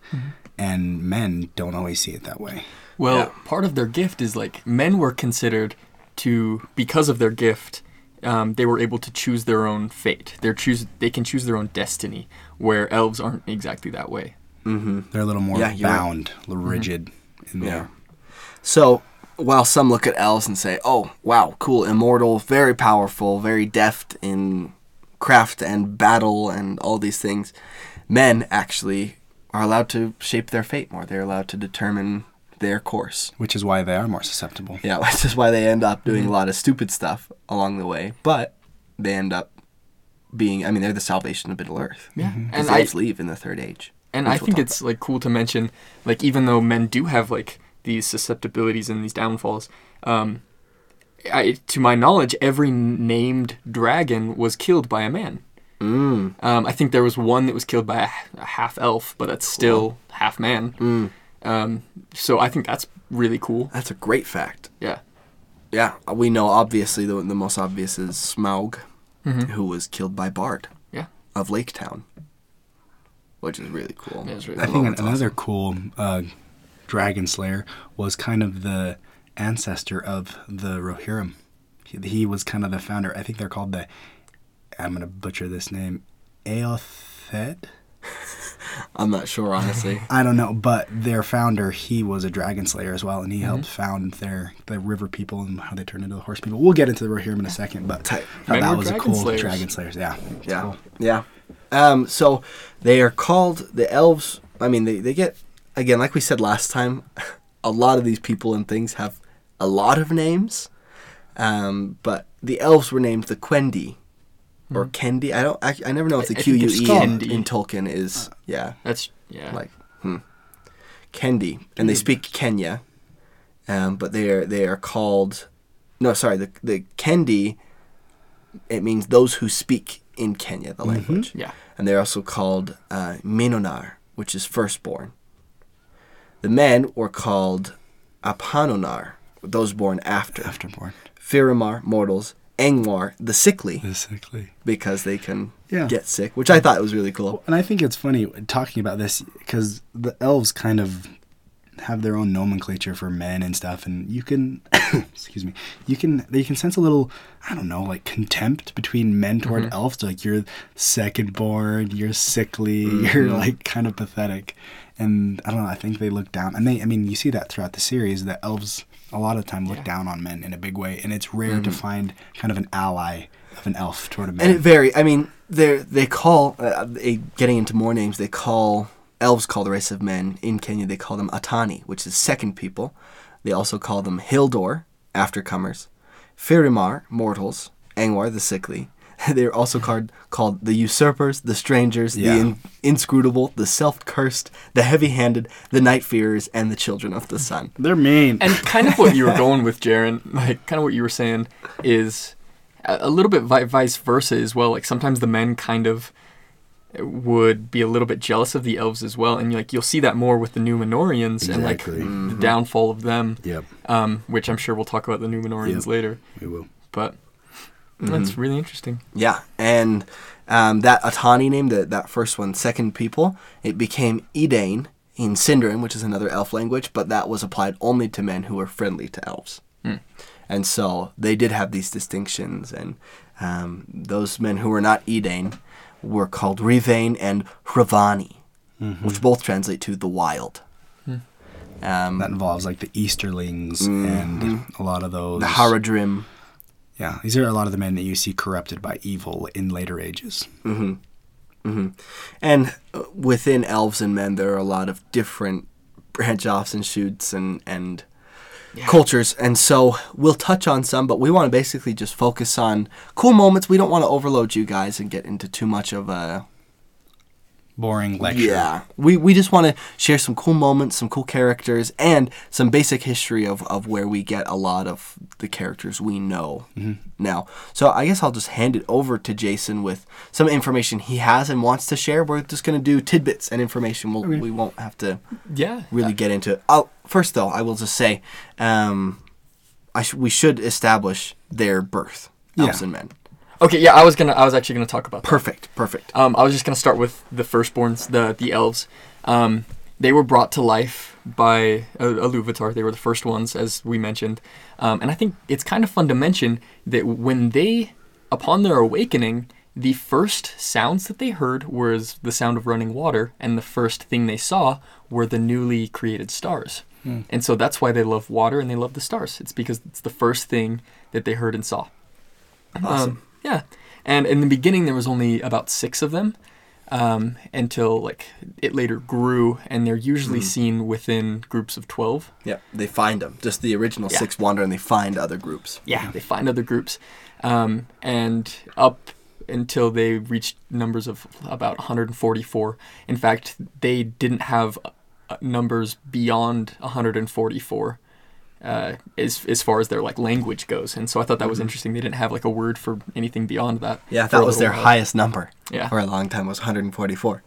Speaker 3: and men don't always see it that way.
Speaker 2: Well, part of their gift is like men were considered to because of their gift, um, they were able to choose their own fate. They are choose they can choose their own destiny, where elves aren't exactly that way.
Speaker 3: They're a little more
Speaker 1: Yeah, you're right. Mm-hmm.
Speaker 3: bound, l- rigid in their
Speaker 1: So while some look at elves and say, "Oh, wow, cool, immortal, very powerful, very deft in craft and battle and all these things," men actually are allowed to shape their fate more. They're allowed to determine their course.
Speaker 3: which is why they are more susceptible.
Speaker 1: Yeah, [LAUGHS] which is why they end up doing
Speaker 2: Mm-hmm.
Speaker 1: a lot of stupid stuff along the way, but they end up being I mean, they're the salvation of Middle Earth.
Speaker 2: Yeah.
Speaker 1: And
Speaker 2: And
Speaker 1: the
Speaker 2: I-
Speaker 1: elves leave in the third age.
Speaker 2: And
Speaker 1: which
Speaker 2: I
Speaker 1: we'll
Speaker 2: think
Speaker 1: talk
Speaker 2: it's like cool to mention, like even though men do have like these susceptibilities and these downfalls, um, I, to my knowledge, every named dragon was killed by a man.
Speaker 1: Mm.
Speaker 2: Um, I think there was one that was killed by a, a half elf, but that's still half man.
Speaker 1: Mm.
Speaker 2: Um, so I think that's really cool.
Speaker 1: That's a great fact.
Speaker 2: Yeah.
Speaker 1: Yeah, we know obviously the, the most obvious is Smaug,
Speaker 2: Mm-hmm.
Speaker 1: who was killed by Bard
Speaker 2: Yeah.
Speaker 1: of Laketown, which is really cool.
Speaker 2: Yeah, it's really
Speaker 1: That
Speaker 3: I think
Speaker 1: moment's
Speaker 3: another cool uh, dragon slayer was kind of the ancestor of the Rohirrim. He, he was kind of the founder. I think they're called the. I'm gonna butcher this name. Aeothed.
Speaker 1: awesome. I'm not sure
Speaker 2: [LAUGHS]
Speaker 1: honestly.
Speaker 3: I don't know, but their founder, he was a dragon slayer as well, and he helped found their the river people and how they turned into the horse people. We'll get into the Rohirrim in a second, but
Speaker 1: Tight.
Speaker 3: thought
Speaker 2: Men
Speaker 3: that
Speaker 2: were
Speaker 3: was a
Speaker 2: dragon
Speaker 3: cool
Speaker 2: slayers.
Speaker 3: dragon slayers. Yeah, It's
Speaker 1: yeah,
Speaker 3: cool.
Speaker 1: yeah. Um, so they are called the elves I mean, they, they get, again, like we said last time, [LAUGHS] a lot of these people and things have a lot of names. Um, but the elves were named the Quendi or Kendi. I don't, I, I never know if the
Speaker 2: Hmm. I
Speaker 1: Q
Speaker 2: think
Speaker 1: U
Speaker 2: it's
Speaker 1: E in,
Speaker 2: Kendi. Uh,
Speaker 1: in Tolkien is, yeah,
Speaker 2: That's yeah.
Speaker 1: like, hmm. Kendi. And they speak Kenya. Um, but they are, they are called, no, sorry, the, the Kendi, it means those who speak in Kenya, the language
Speaker 2: yeah.
Speaker 1: and they're also called uh, Minonar, which is firstborn. The men were called Apanonar, those born after.
Speaker 3: Afterborn.
Speaker 1: Firimar, mortals. Engwar, the sickly,
Speaker 3: Basically.
Speaker 1: because they can
Speaker 3: Yeah.
Speaker 1: get sick, which I thought was really cool.
Speaker 3: And I think it's funny talking about this because the elves kind of have their own nomenclature for men and stuff, and you can, [COUGHS] excuse me, you can they can sense a little, I don't know, like contempt between men toward
Speaker 1: Mm-hmm.
Speaker 3: elves. They're like you're second born, you're sickly, [LAUGHS]
Speaker 1: Mm-hmm.
Speaker 3: you're like kind of pathetic, and I don't know. I think they look down, and they, I mean, you see that throughout the series that elves a lot of the time look down on men in a big way, and it's rare to find kind of an ally of an elf toward a man.
Speaker 1: Mm-hmm. And it very, I mean, they they call, uh, they, getting into more names, they call, elves call the race of men in Kenya, they call them Atani, which is second people. They also call them Hildor, aftercomers, Firimar, mortals, Angwar, the sickly. [LAUGHS] They're also called, called the usurpers, the strangers,
Speaker 3: Yeah.
Speaker 1: the in, inscrutable, the self cursed, the heavy handed, the night fearers, and the children of the sun.
Speaker 3: They're mean.
Speaker 2: And kind of what you were going with, Jaron, like kind of what you were saying is a, a little bit vi- vice versa as well. Like sometimes the men kind of would be a little bit jealous of the elves as well, and like you'll see that more with the Numenorians
Speaker 3: Exactly.
Speaker 2: and like the downfall of them,
Speaker 3: yep,
Speaker 2: um, which I'm sure we'll talk about the Numenorians
Speaker 3: Yep.
Speaker 2: later.
Speaker 3: we will.
Speaker 2: But that's really interesting.
Speaker 1: Yeah, and um, that Atani name, that that first one, Second People, it became Edain in Sindarin, which is another elf language, but that was applied only to men who were friendly to elves. And so they did have these distinctions, and um, those men who were not Edain were called Rivain and Ravani, which both translate to the wild. Um,
Speaker 3: that involves like the Easterlings and a lot of those.
Speaker 1: Mm-hmm. the Haradrim.
Speaker 3: yeah, these are a lot of the men that you see corrupted by evil in later ages.
Speaker 1: And uh, within elves and men, there are a lot of different branch offs and shoots and and cultures. And so we'll touch on some, but we want to basically just focus on cool moments. We don't want to overload you guys and get into too much of a
Speaker 3: Boring lecture.
Speaker 1: yeah. We we just want to share some cool moments, some cool characters, and some basic history of of where we get a lot of the characters we know now. So I guess I'll just hand it over to Jason with some information he has and wants to share. We're just gonna do tidbits and information. We'll, We won't have to
Speaker 2: Yeah.
Speaker 1: really get into it. I'll, first, though, I will just say, um, I sh- we should establish their birth, elves
Speaker 3: Yeah.
Speaker 1: and men.
Speaker 2: Okay. Yeah, I was gonna. I was actually gonna talk about. that.
Speaker 1: Perfect, perfect.
Speaker 2: Um, I was just gonna start with the firstborns, the the elves. Um, they were brought to life by uh, Iluvatar. They were the first ones, as we mentioned. Um, and I think it's kind of fun to mention that when they, upon their awakening, the first sounds that they heard was the sound of running water, and the first thing they saw were the newly created stars. And so that's why they love water and they love the stars. It's because it's the first thing that they heard and saw.
Speaker 1: Awesome.
Speaker 2: Um, yeah, and in the beginning there was only about six of them, um, until like it later grew, and they're
Speaker 1: Hmm.
Speaker 2: usually seen within groups of twelve.
Speaker 1: yeah, they find them. Just the original
Speaker 2: Yeah.
Speaker 1: six wander and they find other groups.
Speaker 2: Yeah, they find other groups, um, and up until they reached numbers of about 144. In fact, they didn't have uh, numbers beyond 144. Uh, as as far as their like language goes, and so I thought that was interesting. They didn't have like a word for anything beyond that.
Speaker 1: Mm-hmm. Yeah,
Speaker 2: for a
Speaker 1: that was
Speaker 2: little
Speaker 1: their
Speaker 2: while.
Speaker 1: highest number
Speaker 2: Yeah.
Speaker 1: for a long time was 144.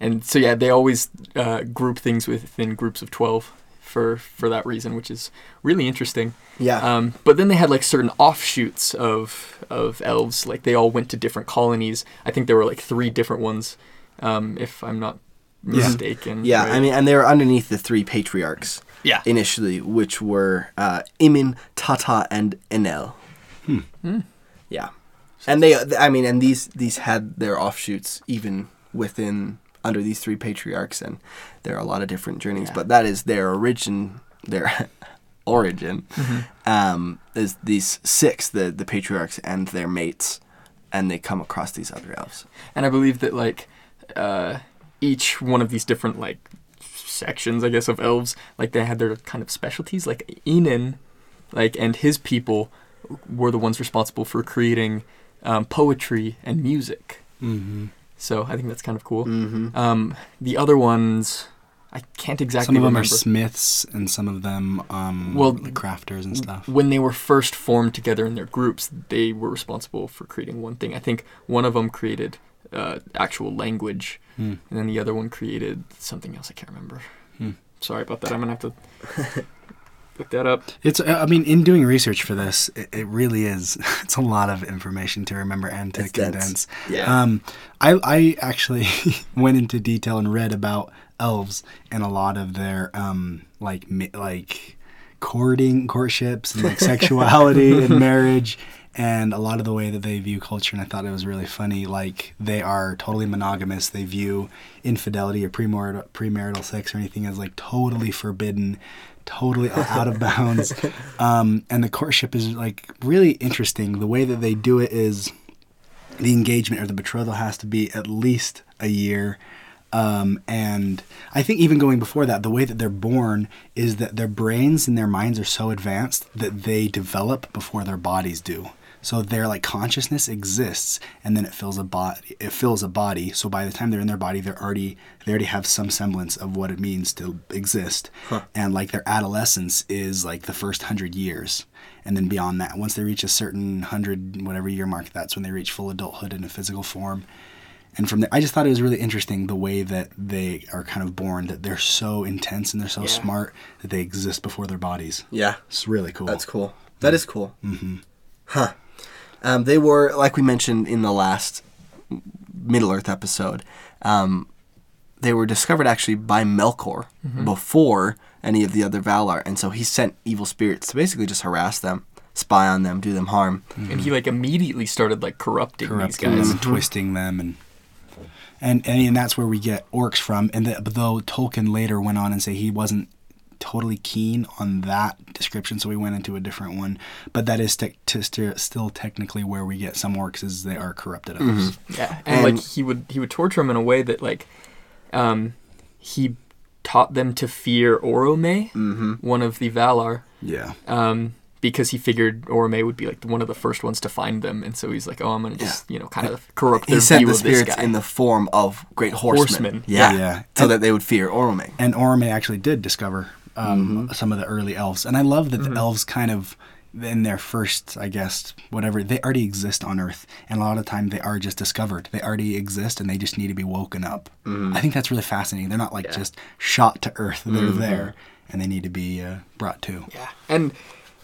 Speaker 2: and so yeah, they always uh, group things within groups of twelve for for that reason, which is really interesting.
Speaker 1: Yeah.
Speaker 2: Um, but then they had like certain offshoots of of elves, like they all went to different colonies. I think there were like three different ones, um, if I'm not mistaken.
Speaker 1: yeah,
Speaker 2: right?
Speaker 1: I mean, and they were underneath the three patriarchs
Speaker 2: yeah,
Speaker 1: initially, which were uh, Imin, Tata, and Enel. Yeah, and they, I mean, and these these had their offshoots even within under these three patriarchs, and there are a lot of different journeys,
Speaker 2: Yeah.
Speaker 1: but that is their origin, their [LAUGHS] origin, um, is these six, the the patriarchs and their mates, and they come across these other elves.
Speaker 2: and I believe that like uh, each one of these different like sections, I guess, of elves, like they had their kind of specialties. Like Enin, like and his people were the ones responsible for creating um, poetry and music.
Speaker 3: Mm-hmm.
Speaker 2: So I think that's kind of cool.
Speaker 1: Mm-hmm.
Speaker 2: Um, the other ones, I can't exactly
Speaker 3: some of them
Speaker 2: remember.
Speaker 3: are smiths, and some of them um,
Speaker 2: Well, mm-hmm.
Speaker 3: like crafters and stuff.
Speaker 2: when they were first formed together in their groups, they were responsible for creating one thing. I think one of them created uh, actual language,
Speaker 3: Hmm.
Speaker 2: and then the other one created something else. I can't remember.
Speaker 3: Hmm.
Speaker 2: Sorry about that. I'm gonna have
Speaker 1: [LAUGHS]
Speaker 2: to look that up.
Speaker 3: It's uh, I mean, in doing research for this, it, it really is. [LAUGHS] It's a lot of information to remember and to
Speaker 1: It's dense.
Speaker 3: condense.
Speaker 1: Yeah.
Speaker 3: Um, I, I actually [LAUGHS] went into detail and read about elves and a lot of their um, like mi- like courting courtships and like sexuality and marriage and a lot of the way that they view culture and I thought it was really funny like they are totally monogamous they view infidelity or premarital, premarital sex or anything as like totally forbidden totally out of bounds um, and the courtship is like really interesting the way that they do it is the engagement or the betrothal has to be at least a year. Um, and I think even going before that, the way that they're born is that their brains and their minds are so advanced that they develop before their bodies do. So their like consciousness exists, and then it fills a body. It fills a body. So by the time they're in their body, they're already they already have some semblance of what it means to exist. And like their adolescence is like the first hundred years, and then beyond that, once they reach a certain hundred whatever year mark, that's when they reach full adulthood in a physical form. And from there, I just thought it was really interesting the way that they are kind of born, that they're so intense and they're so
Speaker 2: Yeah.
Speaker 3: smart that they exist before their bodies.
Speaker 1: yeah.
Speaker 3: It's really cool.
Speaker 2: Oh.
Speaker 1: That's cool. That is cool. Mm-hmm. Huh. Um, they were, like we mentioned in the last Middle Earth episode, um, they were discovered actually by Melkor before any of the other Valar. And so he sent evil spirits to basically just harass them, spy on them, do them harm.
Speaker 2: And he like immediately started like corrupting,
Speaker 3: corrupting
Speaker 2: these
Speaker 3: them
Speaker 2: guys.
Speaker 3: and twisting them and and and, and that's where we get orcs from and the, though tolkien later went on and say he wasn't totally keen on that description so we went into a different one but that is tec- to st- still technically where we get some orcs is they are corrupted elves
Speaker 2: Yeah, and,
Speaker 1: And-
Speaker 2: like he would he would torture him in a way that like, um, he taught them to fear Orome,
Speaker 1: Mm-hmm.
Speaker 2: one of the Valar,
Speaker 3: yeah
Speaker 2: um, because he figured Orome would be like one of the first ones to find them, and so he's like, oh, I'm gonna just you know kind of corrupt
Speaker 1: He
Speaker 2: their
Speaker 1: sent
Speaker 2: view
Speaker 1: the
Speaker 2: of this
Speaker 1: spirits
Speaker 2: guy.
Speaker 1: in the form of great horsemen.
Speaker 2: Horsemen.
Speaker 1: Yeah.
Speaker 3: Yeah.
Speaker 1: So that they would fear Orome.
Speaker 3: and Orome actually did discover um, some of the early elves, and I love that the elves kind of in their first, I guess, whatever they already exist on Earth, and a lot of the time they are just discovered. They already exist, and they just need to be woken up. I think that's really fascinating. They're not like just shot to Earth; they're there, and they need to be uh, brought to.
Speaker 2: Yeah, and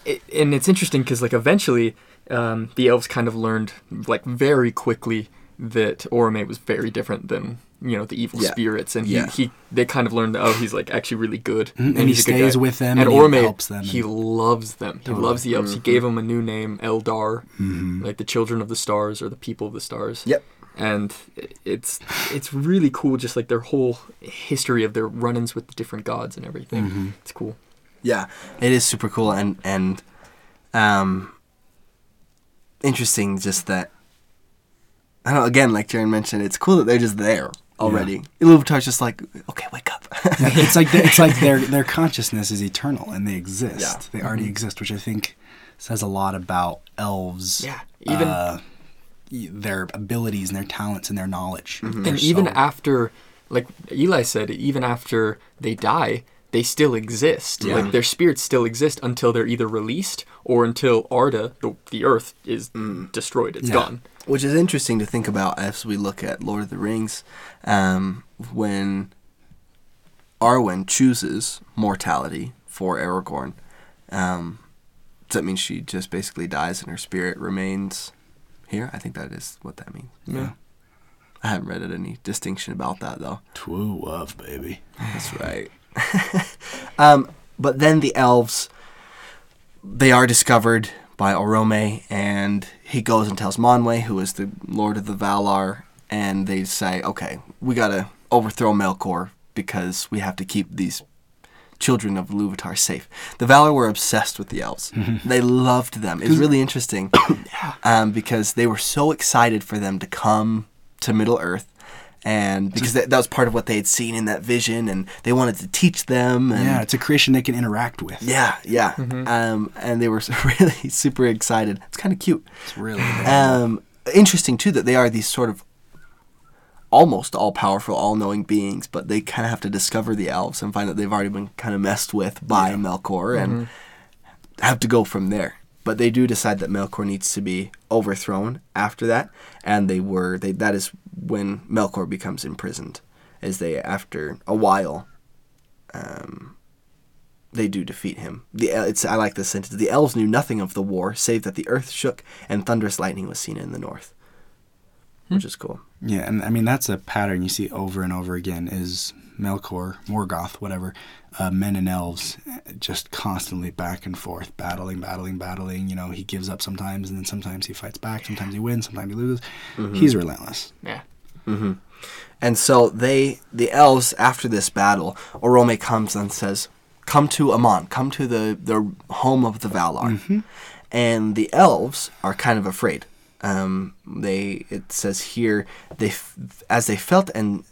Speaker 2: it, and it's interesting because like eventually, um, the elves kind of learned like very quickly that Orome was very different than you know the evil
Speaker 1: Yeah.
Speaker 2: spirits, and
Speaker 1: Yeah.
Speaker 2: he, he they kind of learned that oh he's like actually really good,
Speaker 3: Mm-hmm. and he
Speaker 2: he's a good
Speaker 3: stays
Speaker 2: guy.
Speaker 3: with them and he helps them
Speaker 2: He
Speaker 3: and- Mm-hmm.
Speaker 2: loves them. He loves the elves. He gave them a new name, Eldar, like the children of the stars or the people of the stars
Speaker 1: Yep.
Speaker 2: and i- it's it's really cool just like their whole history of their run-ins with the different gods and everything
Speaker 3: Mm-hmm.
Speaker 2: it's cool
Speaker 1: Yeah, it is super cool and and um, interesting. Just that I don't know. Again, like Jaren mentioned, it's cool that they're just there already. Iluvatar's just like, okay, wake up.
Speaker 3: [LAUGHS]
Speaker 1: [LAUGHS]
Speaker 3: Yeah, it's like the, it's like their their consciousness is eternal and they exist. They already exist, which I think says a lot about elves.
Speaker 2: Yeah, even-
Speaker 3: uh, y- their abilities and their talents and their knowledge.
Speaker 2: and even after like eli said even after they die they still exist like their spirits still exist until they're either released or until arda the, the earth is destroyed It's
Speaker 3: Yeah.
Speaker 2: gone
Speaker 1: Which is interesting to think about as we look at Lord of the Rings, um, when Arwen chooses mortality for Aragorn. Um, does that mean she just basically dies and her spirit remains here? I think that is what that means.
Speaker 3: yeah,
Speaker 1: I haven't read it any distinction about that though.
Speaker 3: true love, baby.
Speaker 1: That's right. um, but then the elves, they are discovered by Orome, and he goes and tells Manwe, who is the Lord of the Valar, and they say, "Okay, we gotta overthrow Melkor because we have to keep these." Children of Iluvatar safe. The Valar were obsessed with the elves. They loved them. It's really interesting um, because they were so excited for them to come to Middle Earth, and because that, that was part of what they had seen in that vision, and they wanted to teach them. And
Speaker 3: Yeah, it's a creation they can interact with.
Speaker 1: yeah, yeah. Um, and they were [LAUGHS] really super excited. It's kind of cute.
Speaker 3: It's really bad.
Speaker 1: Um, interesting too that they are these sort of almost all-powerful, all-knowing beings, but they kind of have to discover the elves and find that they've already been kind of messed with by Melkor and have to go from there. But they do decide that Melkor needs to be overthrown after that, and they were. They that is when Melkor becomes imprisoned, as they after a while. Um, they do defeat him. The el- it's I like this sentence. The elves knew nothing of the war save that the earth shook and thunderous lightning was seen in the north, which is cool.
Speaker 3: Yeah, and I mean that's a pattern you see over and over again is Melkor, Morgoth, whatever, uh, men and elves eh, just constantly back and forth, battling, battling, battling. You know, he gives up sometimes, and then sometimes he fights back. Sometimes he wins, sometimes he loses. He's relentless.
Speaker 2: Yeah.
Speaker 1: And so they, the elves, after this battle, Orome comes and says, "Come to Amon, come to the the home of the Valar." And the elves are kind of afraid. Um, they it says here they f- as they felt and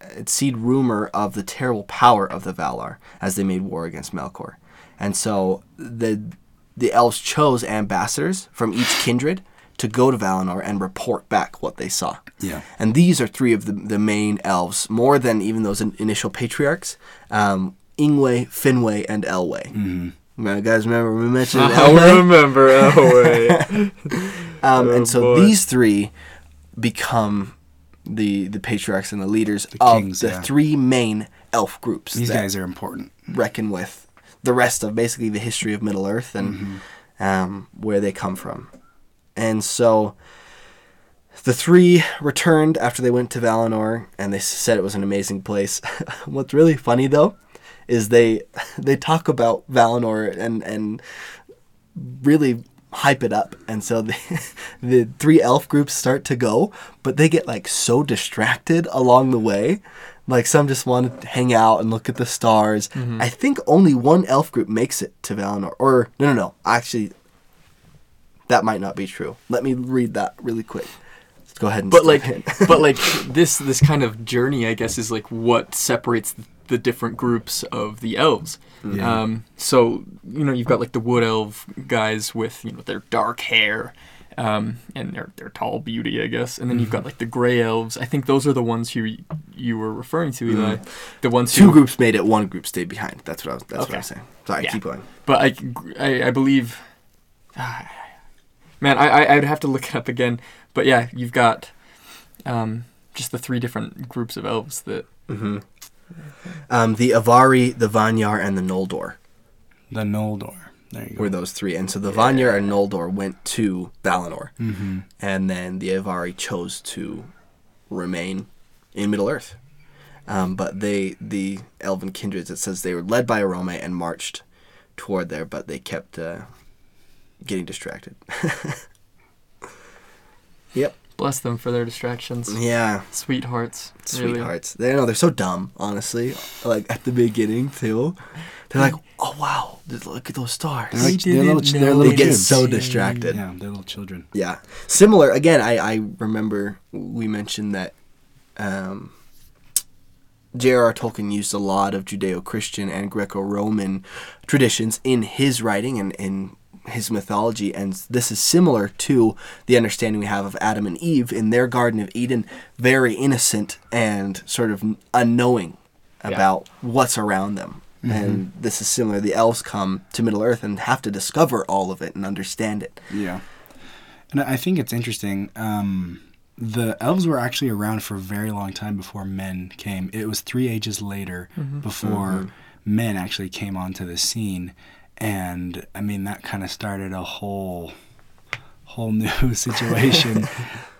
Speaker 1: it seed rumor of the terrible power of the Valar as they made war against Melkor. And so the the elves chose ambassadors from each kindred to go to Valinor and report back what they saw.
Speaker 3: Yeah.
Speaker 1: And these are three of the, the main elves, more than even those in, initial patriarchs um, Ingwe, Finwë, and Elwë. Mm-hmm. guys, remember we mentioned
Speaker 2: I
Speaker 1: Elwë?
Speaker 2: remember. Oh wait.
Speaker 1: Um,
Speaker 2: Oh,
Speaker 1: and so
Speaker 2: boy.
Speaker 1: these three become the the patriarchs and the leaders of
Speaker 3: kings,
Speaker 1: the
Speaker 3: yeah.
Speaker 1: three main elf groups
Speaker 3: These
Speaker 1: that
Speaker 3: guys are important.
Speaker 1: reckon with the rest of basically the history of Middle Earth and um, where they come from. And so the three returned after they went to Valinor, and they said it was an amazing place. [LAUGHS] What's really funny though is they [LAUGHS] they talk about Valinor and and really hype it up and so the, [LAUGHS] the three elf groups start to go but they get like so distracted along the way like some just want to hang out and look at the stars
Speaker 2: Mm-hmm.
Speaker 1: i think only one elf group makes it to valinor or no no no actually that might not be true let me read that really quick let's go ahead and
Speaker 2: but
Speaker 1: step
Speaker 2: like, [LAUGHS]
Speaker 1: in.
Speaker 2: but like this this kind of journey, I guess, is like what separates the different groups of the elves.
Speaker 3: Yeah.
Speaker 2: Um, so you know, you've got like the wood elf guys with you know their dark hair. Um, and their their tall beauty, I guess, and then you've got like the gray elves. I think those are the ones who y- you were referring to, Eli. The ones who
Speaker 1: two groups made it one group stayed behind that's what i was that's what i was
Speaker 2: Okay.
Speaker 1: saying sorry
Speaker 2: Yeah.
Speaker 1: keep going
Speaker 2: but I, I, I believe, [SIGHS] man, I, I, I'd have to look it up again. But yeah, you've got um, just the three different groups of elves that.
Speaker 1: um, the avari the vanyar and the noldor
Speaker 3: The Noldor. There you go.
Speaker 1: were those three. And so the Vanyar and Noldor went to Valinor. Mm-hmm. And then the Avari chose to remain in Middle Earth. Um, but they, the Elven kindreds, it says they were led by Arome and marched toward there, but they kept uh, getting distracted. [LAUGHS] yep.
Speaker 2: Bless them for their distractions.
Speaker 1: Yeah.
Speaker 2: Sweethearts. really.
Speaker 1: Sweethearts. They know they're so dumb, honestly. Like at the beginning too. They're like, Oh wow, look at those stars.
Speaker 3: They're like-
Speaker 2: We
Speaker 3: they're little,
Speaker 2: didn't
Speaker 3: ch-
Speaker 2: know
Speaker 3: they're little
Speaker 1: they get
Speaker 3: kids.
Speaker 1: so distracted.
Speaker 3: Yeah, they're little children.
Speaker 1: Yeah. Similar again, I, I remember we mentioned that um J.R.R. Tolkien used a lot of Judeo-Christian and Greco-Roman traditions in his writing and in his mythology, and this is similar to the understanding we have of Adam and Eve in their Garden of Eden, very innocent and sort of unknowing about what's around them. And this is similar. The elves come to Middle Earth and have to discover all of it and understand it.
Speaker 3: Yeah. And I think it's interesting. Um, the elves were actually around for a very long time before men came. It was three ages later before men actually came onto the scene. And I mean, that kind of started a whole, whole new [LAUGHS] situation.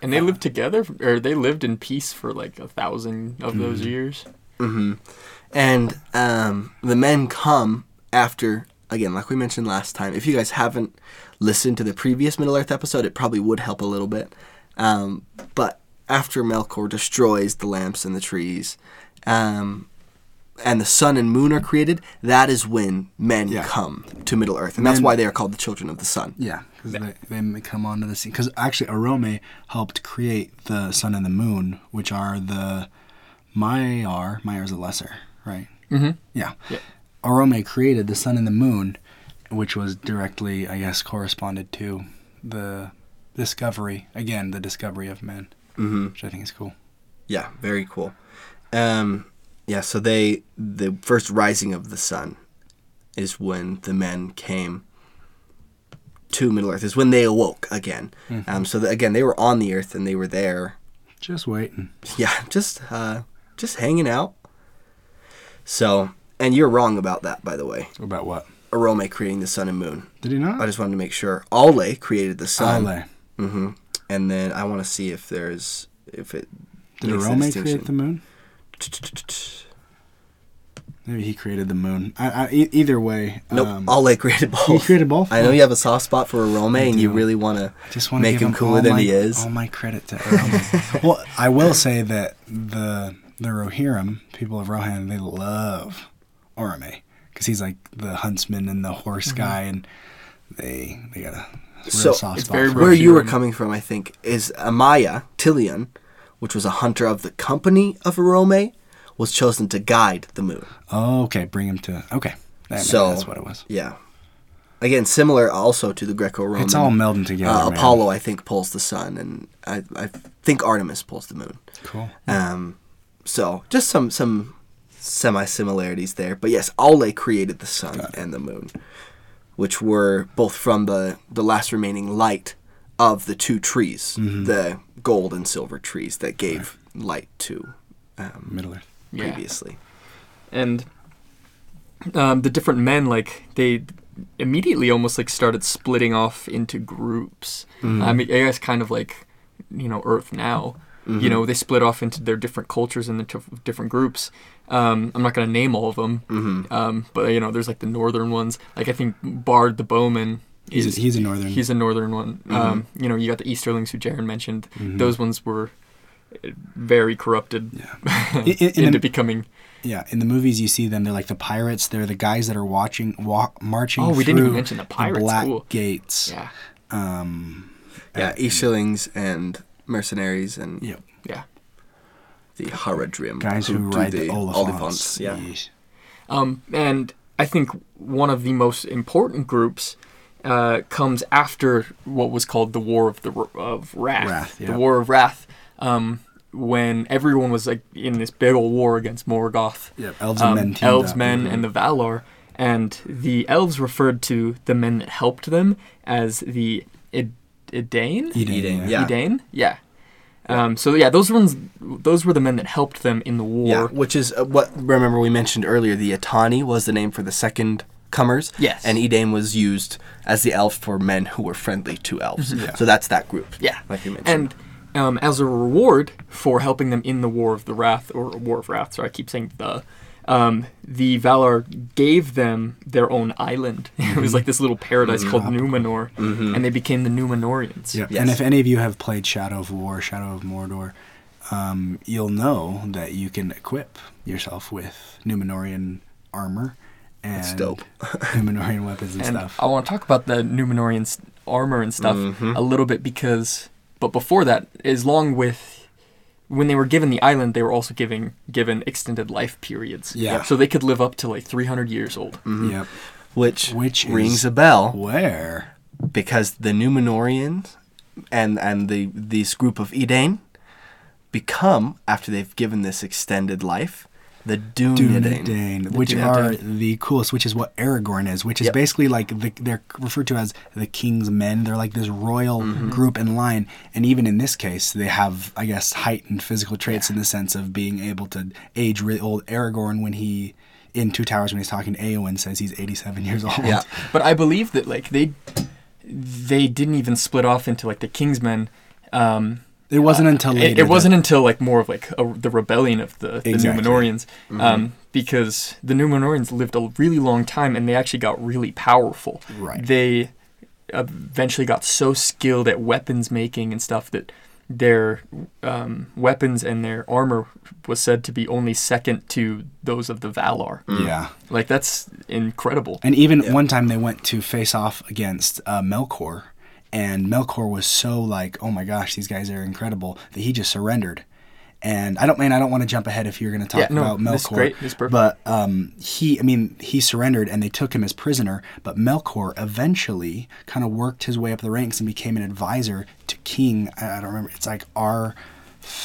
Speaker 2: And
Speaker 3: Oh.
Speaker 2: they lived together, or they lived in peace for like a thousand of
Speaker 3: Mm-hmm.
Speaker 2: those years.
Speaker 1: and um, the men come after again like we mentioned last time if you guys haven't listened to the previous middle earth episode it probably would help a little bit um, but after melkor destroys the lamps and the trees um, and the sun and moon are created that is when men
Speaker 3: Yeah.
Speaker 1: come to middle earth and that's
Speaker 3: Men-
Speaker 1: why they are called the children of the sun
Speaker 3: yeah. because they, they come onto the scene. Because actually, Arome helped create the sun and the moon, which are the Maiar. Maiar is the lesser, right?
Speaker 2: Mm-hmm.
Speaker 3: Yeah.
Speaker 2: Yep.
Speaker 3: Arome created the sun and the moon, which was directly, I guess, corresponded to the discovery again, the discovery of men,
Speaker 1: Mm-hmm.
Speaker 3: which I think is cool.
Speaker 1: Yeah, very cool. Um, yeah, so they the first rising of the sun is when the men came to Middle Earth. Is when they awoke again.
Speaker 3: Mm-hmm.
Speaker 1: Um, so that, again, they were on the Earth and they were there.
Speaker 3: Just waiting.
Speaker 1: Yeah, [LAUGHS] just uh, just hanging out. So, and you're wrong about that, by the way.
Speaker 3: About what?
Speaker 1: Arome creating the sun and moon.
Speaker 3: Did he not? Oh,
Speaker 1: I just wanted to make sure. Ale created the sun.
Speaker 3: Ale.
Speaker 1: hmm And then I want to see if there's if it.
Speaker 3: Did
Speaker 1: makes the
Speaker 3: Arome
Speaker 1: distinction.
Speaker 3: create the moon? Maybe he created the moon. I, I, e- either way,
Speaker 1: Nope,
Speaker 3: um,
Speaker 1: Ale created both.
Speaker 3: he created both.
Speaker 1: I know you have a soft spot for Arome, and you
Speaker 3: do.
Speaker 1: really want to
Speaker 3: just wanna
Speaker 1: make
Speaker 3: give
Speaker 1: him cooler
Speaker 3: all
Speaker 1: than
Speaker 3: my-
Speaker 1: he is.
Speaker 3: All my credit to Arome. well, I will say that the the Rohirrim people of Rohan they love Orome because he's like the huntsman and the horse guy, and they they got a real
Speaker 1: So,
Speaker 3: soft
Speaker 2: it's
Speaker 3: spot.
Speaker 2: very
Speaker 3: for
Speaker 1: Where
Speaker 3: him.
Speaker 1: you were
Speaker 2: Rohirrim.
Speaker 1: coming from, I think, is Amaya Tilion, which was a hunter of the company of Arome, was chosen to guide the moon.
Speaker 3: Oh, okay, bring him to okay. That,
Speaker 1: So-
Speaker 3: that's what it was.
Speaker 1: Yeah. Again, similar also to the Greco-Roman.
Speaker 3: It's all melding together.
Speaker 1: uh,
Speaker 3: man.
Speaker 1: Apollo, I think, pulls the sun, and I, I think Artemis pulls the moon.
Speaker 3: Cool.
Speaker 1: Um, so just some some semi similarities there, but yes, Ale created the sun and the moon, which were both from the the last remaining light of the two trees,
Speaker 3: Mm-hmm.
Speaker 1: the gold and silver trees that gave light to um,
Speaker 3: Middle Earth.
Speaker 2: Yeah.
Speaker 1: previously.
Speaker 2: and um, the different men like they immediately almost like started splitting off into groups
Speaker 3: Mm-hmm.
Speaker 2: i mean i guess kind of like you know earth now
Speaker 3: Mm-hmm.
Speaker 2: you know they split off into their different cultures and into different groups um, i'm not going to name all of them
Speaker 3: Mm-hmm.
Speaker 2: um, but you know there's like the northern ones like i think bard the bowman
Speaker 3: He's a-
Speaker 2: is-
Speaker 3: he's a northern. Mm-hmm.
Speaker 2: he's a northern one um, you know you got the easterlings who Jaren mentioned those ones were uh, very corrupted [LAUGHS]
Speaker 3: In- in- in
Speaker 2: into
Speaker 3: the-
Speaker 2: becoming
Speaker 3: Yeah, in the movies you see them. They're like the pirates. They're the guys that are watching, walk, marching.
Speaker 2: Oh, we didn't even
Speaker 3: through
Speaker 2: mention the pirates.
Speaker 3: black
Speaker 2: Cool.
Speaker 3: gates.
Speaker 2: yeah
Speaker 3: Um,
Speaker 1: Yeah,
Speaker 3: and-
Speaker 1: Easterlings Uh, and mercenaries and
Speaker 3: Yep.
Speaker 2: yeah
Speaker 1: the Haradrim,
Speaker 3: Guys who,
Speaker 1: do
Speaker 3: ride the Oliphants.
Speaker 1: Oliphants, Yeah,
Speaker 3: Yeesh.
Speaker 2: Um, and I think one of the most important groups uh, comes after what was called the War of the R- of Wrath.
Speaker 3: Wrath, yeah.
Speaker 2: The War of Wrath, um, when everyone was like in this big old war against Morgoth.
Speaker 3: Yep, elves and
Speaker 2: um,
Speaker 3: men. teamed
Speaker 2: elves,
Speaker 3: up.
Speaker 2: men, and the Valar. And the elves referred to the men that helped them as the Id- Idane.
Speaker 3: Eden,
Speaker 1: Eden,
Speaker 3: yeah.
Speaker 1: yeah.
Speaker 2: Idane? Yeah. Um, so yeah, those ones, those were the men that helped them in the
Speaker 1: Yeah,
Speaker 2: war.
Speaker 1: which is uh, what remember we mentioned earlier. The Atani was the name for the second comers.
Speaker 2: Yes.
Speaker 1: and Edame was used as the elf for men who were friendly to elves.
Speaker 3: Yeah.
Speaker 1: So that's that group.
Speaker 2: Mm-hmm. Yeah.
Speaker 1: like you mentioned.
Speaker 2: And um, as a reward for helping them in the War of the Wrath, or War of Wrath, sorry, I keep saying the, um, the Valar gave them their own island. [LAUGHS] it was like this little paradise called
Speaker 1: Mm-hmm.
Speaker 2: Numenor, and they became the Numenorians.
Speaker 3: Yep.
Speaker 1: Yes.
Speaker 3: And if any of you have played Shadow of War, Shadow of Mordor, um, you'll know that you can equip yourself with Numenorian armor and
Speaker 1: dope.
Speaker 3: Numenorian weapons and,
Speaker 2: [LAUGHS] And
Speaker 3: stuff.
Speaker 2: I want to talk about the Numenorians' armor and stuff
Speaker 1: Mm-hmm.
Speaker 2: a little bit because, but before that, as long with when they were given the island, they were also giving given extended life periods.
Speaker 3: Yeah.
Speaker 2: So they could live up to like 300 years old.
Speaker 3: Yep.
Speaker 1: which
Speaker 3: Which
Speaker 1: rings
Speaker 3: is-
Speaker 1: a bell
Speaker 3: Where?
Speaker 1: because the Numenorians and and the this group of Edame become after they've given this extended life the Dunedain.
Speaker 3: Dunedain, which are the coolest, which is what Aragorn is, which is
Speaker 1: Yep.
Speaker 3: basically like the, they're referred to as the king's men. They're like this royal group in line, and even in this case, they have, I guess, heightened physical traits in the sense of being able to age really old. Aragorn, when he in Two Towers, when he's talking to Eowyn, says he's 87 years old.
Speaker 1: Yeah.
Speaker 2: [LAUGHS] But I believe that like they they didn't even split off into like the Kingsmen. Um,
Speaker 3: It wasn't until later.
Speaker 2: it, it wasn't until like more of like a, the rebellion of the, the
Speaker 3: Exactly.
Speaker 2: Numenorians, um, because the Numenorians lived a really long time and they actually got really powerful.
Speaker 3: Right.
Speaker 2: They eventually got so skilled at weapons making and stuff that their um, weapons and their armor was said to be only second to those of the Valar.
Speaker 3: That, yeah.
Speaker 2: Like that's incredible.
Speaker 3: And even one time they went to face off against uh, Melkor, And Melkor was so like, oh my gosh, these guys are incredible that he just surrendered. And I don't, man, I don't want to jump ahead if you're going to talk
Speaker 2: Yeah, no,
Speaker 3: about Melkor.
Speaker 2: this is great. This is perfect.
Speaker 3: But um, he, I mean, he surrendered and they took him as prisoner. But Melkor eventually kind of worked his way up the ranks and became an advisor to King. I I don't remember. It's like R.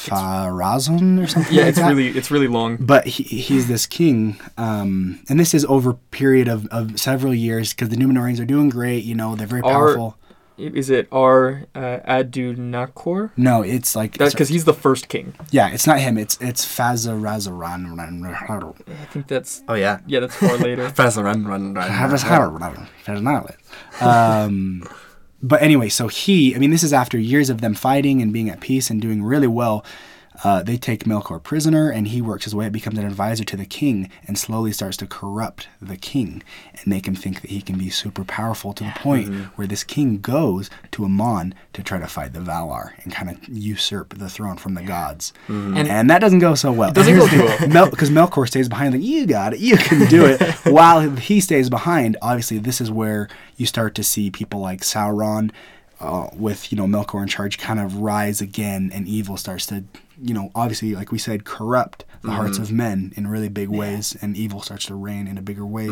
Speaker 3: Farazon or something.
Speaker 2: Yeah, [LAUGHS]
Speaker 3: like
Speaker 2: it's
Speaker 3: that
Speaker 2: really it's really long.
Speaker 3: but he, he's this king um, and this is over a period of, of several years because the numenorians are doing great you know they're very
Speaker 2: Are-
Speaker 3: powerful
Speaker 2: Is it R uh, Adunakor?
Speaker 3: no it's like
Speaker 2: That's because he's the first king.
Speaker 3: yeah it's not him it's it's Fazarazaran
Speaker 2: I think that's
Speaker 1: Oh yeah.
Speaker 2: yeah, that's far [LAUGHS] later.
Speaker 1: Fast run, run,
Speaker 3: um [LAUGHS] but anyway so he i mean this is after years of them fighting and being at peace and doing really well uh, they take Melkor prisoner, and he works his way. up, becomes an advisor to the king, and slowly starts to corrupt the king and make him think that he can be super powerful to the point where this king goes to Amon to try to fight the Valar and kind of usurp the throne from the gods. And,
Speaker 2: And-
Speaker 3: that doesn't go so well.
Speaker 2: doesn't
Speaker 3: [LAUGHS] Here's
Speaker 2: go
Speaker 3: the- Mel- because Melkor stays behind, like you got it, you can do it. While he stays behind, obviously this is where you start to see people like Sauron, uh, with you know Melkor in charge, kind of rise again, and evil starts to, you know, obviously like we said, corrupt the hearts of men in really big ways, and evil starts to reign in a bigger way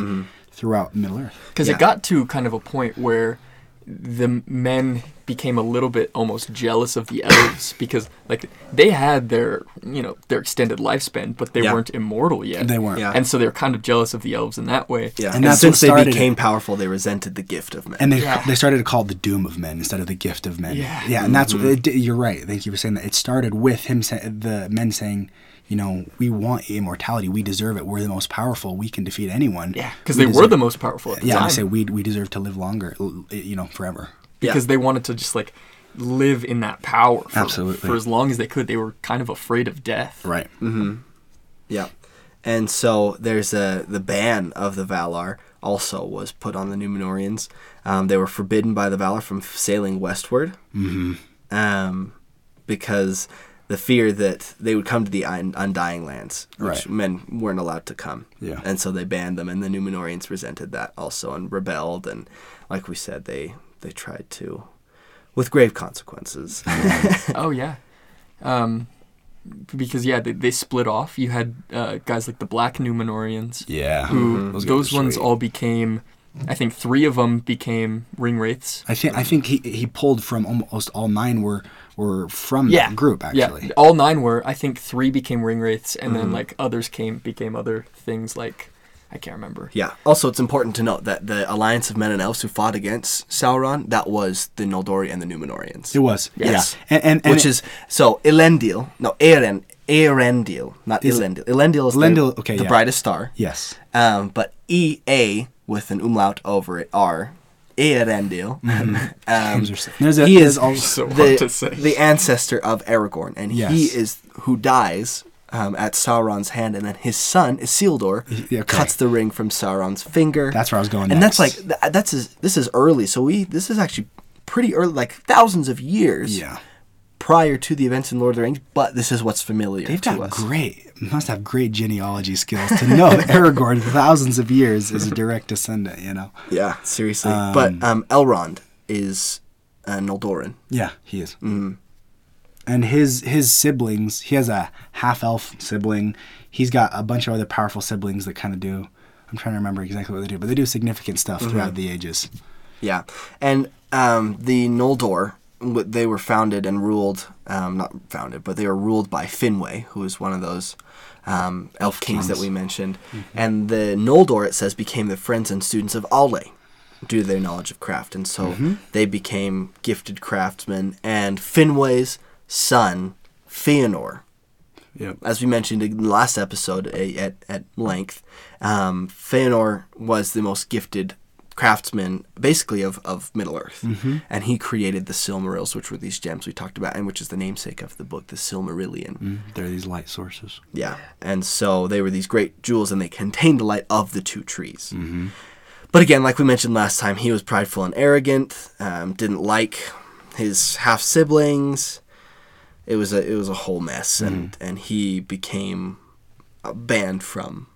Speaker 3: throughout Middle Earth.
Speaker 2: Because
Speaker 1: Yeah.
Speaker 2: it got to kind of a point where the men became a little bit almost jealous of the [COUGHS] elves because like they had their you know their extended lifespan, but they
Speaker 1: Yeah.
Speaker 2: weren't immortal yet.
Speaker 3: They weren't,
Speaker 1: Yeah.
Speaker 2: And so they were kind of jealous of the elves in that way.
Speaker 1: Yeah. And,
Speaker 3: And that's
Speaker 1: since
Speaker 3: what
Speaker 1: they
Speaker 3: started
Speaker 1: became
Speaker 3: it.
Speaker 1: powerful, they resented the gift of men.
Speaker 3: and they
Speaker 2: Yeah.
Speaker 3: they started to call it the doom of men instead of the gift of men.
Speaker 2: Yeah.
Speaker 3: yeah, and that's it, di- you're right. Thank you for saying that. It started with him sa- the men saying, you know, we want immortality. We deserve it. We're the most powerful. We can defeat anyone.
Speaker 2: Yeah, because
Speaker 3: We
Speaker 2: they were
Speaker 3: deserve-
Speaker 2: the most powerful at the
Speaker 3: Yeah,
Speaker 2: time.
Speaker 3: they say we we deserve to live longer. l- You know, forever.
Speaker 2: because they wanted to just like live in that power for,
Speaker 3: Absolutely.
Speaker 2: for as long as they could. They were kind of afraid of death.
Speaker 3: Right.
Speaker 1: Yeah. And so there's a the ban of the Valar also was put on the Numenorians. Um, they were forbidden by the Valar from f- sailing westward. Mm-hmm. Um, because the fear that they would come to the un- Undying Lands, which
Speaker 3: Right.
Speaker 1: men weren't allowed to come.
Speaker 3: Yeah.
Speaker 1: And so they banned them, and the Numenorians resented that also and rebelled. And like we said, they they tried to, with grave consequences. [LAUGHS]
Speaker 2: Oh yeah, um, because yeah, they, they split off. You had uh, guys like the Black Numenorians,
Speaker 3: Yeah. Mm-hmm.
Speaker 2: who
Speaker 3: Those
Speaker 2: Mm-hmm. those,
Speaker 3: guys are
Speaker 2: ones
Speaker 3: sweet.
Speaker 2: all became. I think three of them became ring wraiths.
Speaker 3: I think I think he he pulled from almost all nine were were from that group actually. Mm-hmm.
Speaker 2: yeah. All nine were. I think three became ring wraiths, and then like others came became other things like I can't remember.
Speaker 1: Yeah. Also, it's important to note that the alliance of men and elves who fought against Sauron that was the Noldori and the Numenorians.
Speaker 3: It was.
Speaker 1: Yes.
Speaker 3: Yeah. And and, and
Speaker 1: which
Speaker 3: it-
Speaker 1: is so Elendil. No, Eren. Erendil, not Elendil. Elendil is
Speaker 3: Elendil,
Speaker 1: the,
Speaker 3: okay,
Speaker 1: the
Speaker 3: yeah.
Speaker 1: brightest star.
Speaker 3: yes.
Speaker 1: Um, but E A with an umlaut over it are Erendil. [LAUGHS] um,
Speaker 3: Mm-hmm. Names are so- There's a-
Speaker 1: he
Speaker 3: there's
Speaker 1: is
Speaker 3: all-
Speaker 2: So hard
Speaker 1: the,
Speaker 2: to say.
Speaker 1: the ancestor of Aragorn, and he
Speaker 3: Yes.
Speaker 1: is who dies um, at Sauron's hand, and then his son Isildur
Speaker 3: yeah, okay.
Speaker 1: cuts the ring from Sauron's finger.
Speaker 3: That's where I was going
Speaker 1: And
Speaker 3: next.
Speaker 1: that's like th- that's is, this is early, so we this is actually pretty early, like thousands of years
Speaker 3: Yeah.
Speaker 1: prior to the events in Lord of the Rings. But this is what's familiar
Speaker 3: They've
Speaker 1: to
Speaker 3: got
Speaker 1: us.
Speaker 3: great, must have great genealogy skills to
Speaker 1: [LAUGHS]
Speaker 3: know that Aragorn, thousands of years, is a direct descendant. You know.
Speaker 1: Yeah, seriously. but um, Elrond is uh, Noldorin.
Speaker 3: Yeah, he is.
Speaker 1: Mm-hmm.
Speaker 3: And his his siblings, he has a half elf sibling. He's got a bunch of other powerful siblings that kind of do. I'm trying to remember exactly what they do, but they do significant stuff
Speaker 1: Mm-hmm.
Speaker 3: throughout the ages.
Speaker 1: Yeah, and um, the Noldor w- they were founded and ruled um, not founded, but they were ruled by Finwë, who is one of those um, elf kings, that we mentioned. And the Noldor, it says, became the friends and students of Aule due to their knowledge of craft, and so they became gifted craftsmen. And Finwë's son, Feanor,
Speaker 3: Yep.
Speaker 1: as we mentioned in the last episode a, at, at length, um, Feanor was the most gifted craftsman, basically, of, of Middle Earth. And he created the Silmarils, which were these gems we talked about, and which is the namesake of the book, the Silmarillion.
Speaker 3: There are these light sources.
Speaker 1: Yeah. And so they were these great jewels, and they contained the light of the two trees.
Speaker 3: Mm-hmm.
Speaker 1: But again, like we mentioned last time, he was prideful and arrogant, um, didn't like his half siblings. It was a it was a whole mess, and
Speaker 3: Mm-hmm.
Speaker 1: and he became uh, banned from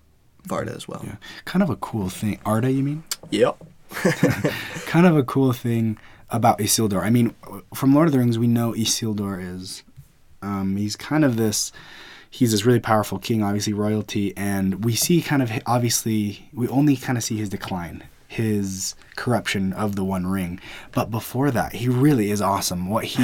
Speaker 1: Varda as well.
Speaker 3: Yeah. Kind of a cool thing. Arda, you mean?
Speaker 1: Yep.
Speaker 3: kind of a cool thing about Isildur. I mean, from Lord of the Rings, we know Isildur is. Um, he's kind of this. He's this really powerful king, obviously royalty, and we see kind of hi- obviously we only kind of see his decline, his corruption of the One Ring. But before that, he really is awesome. What he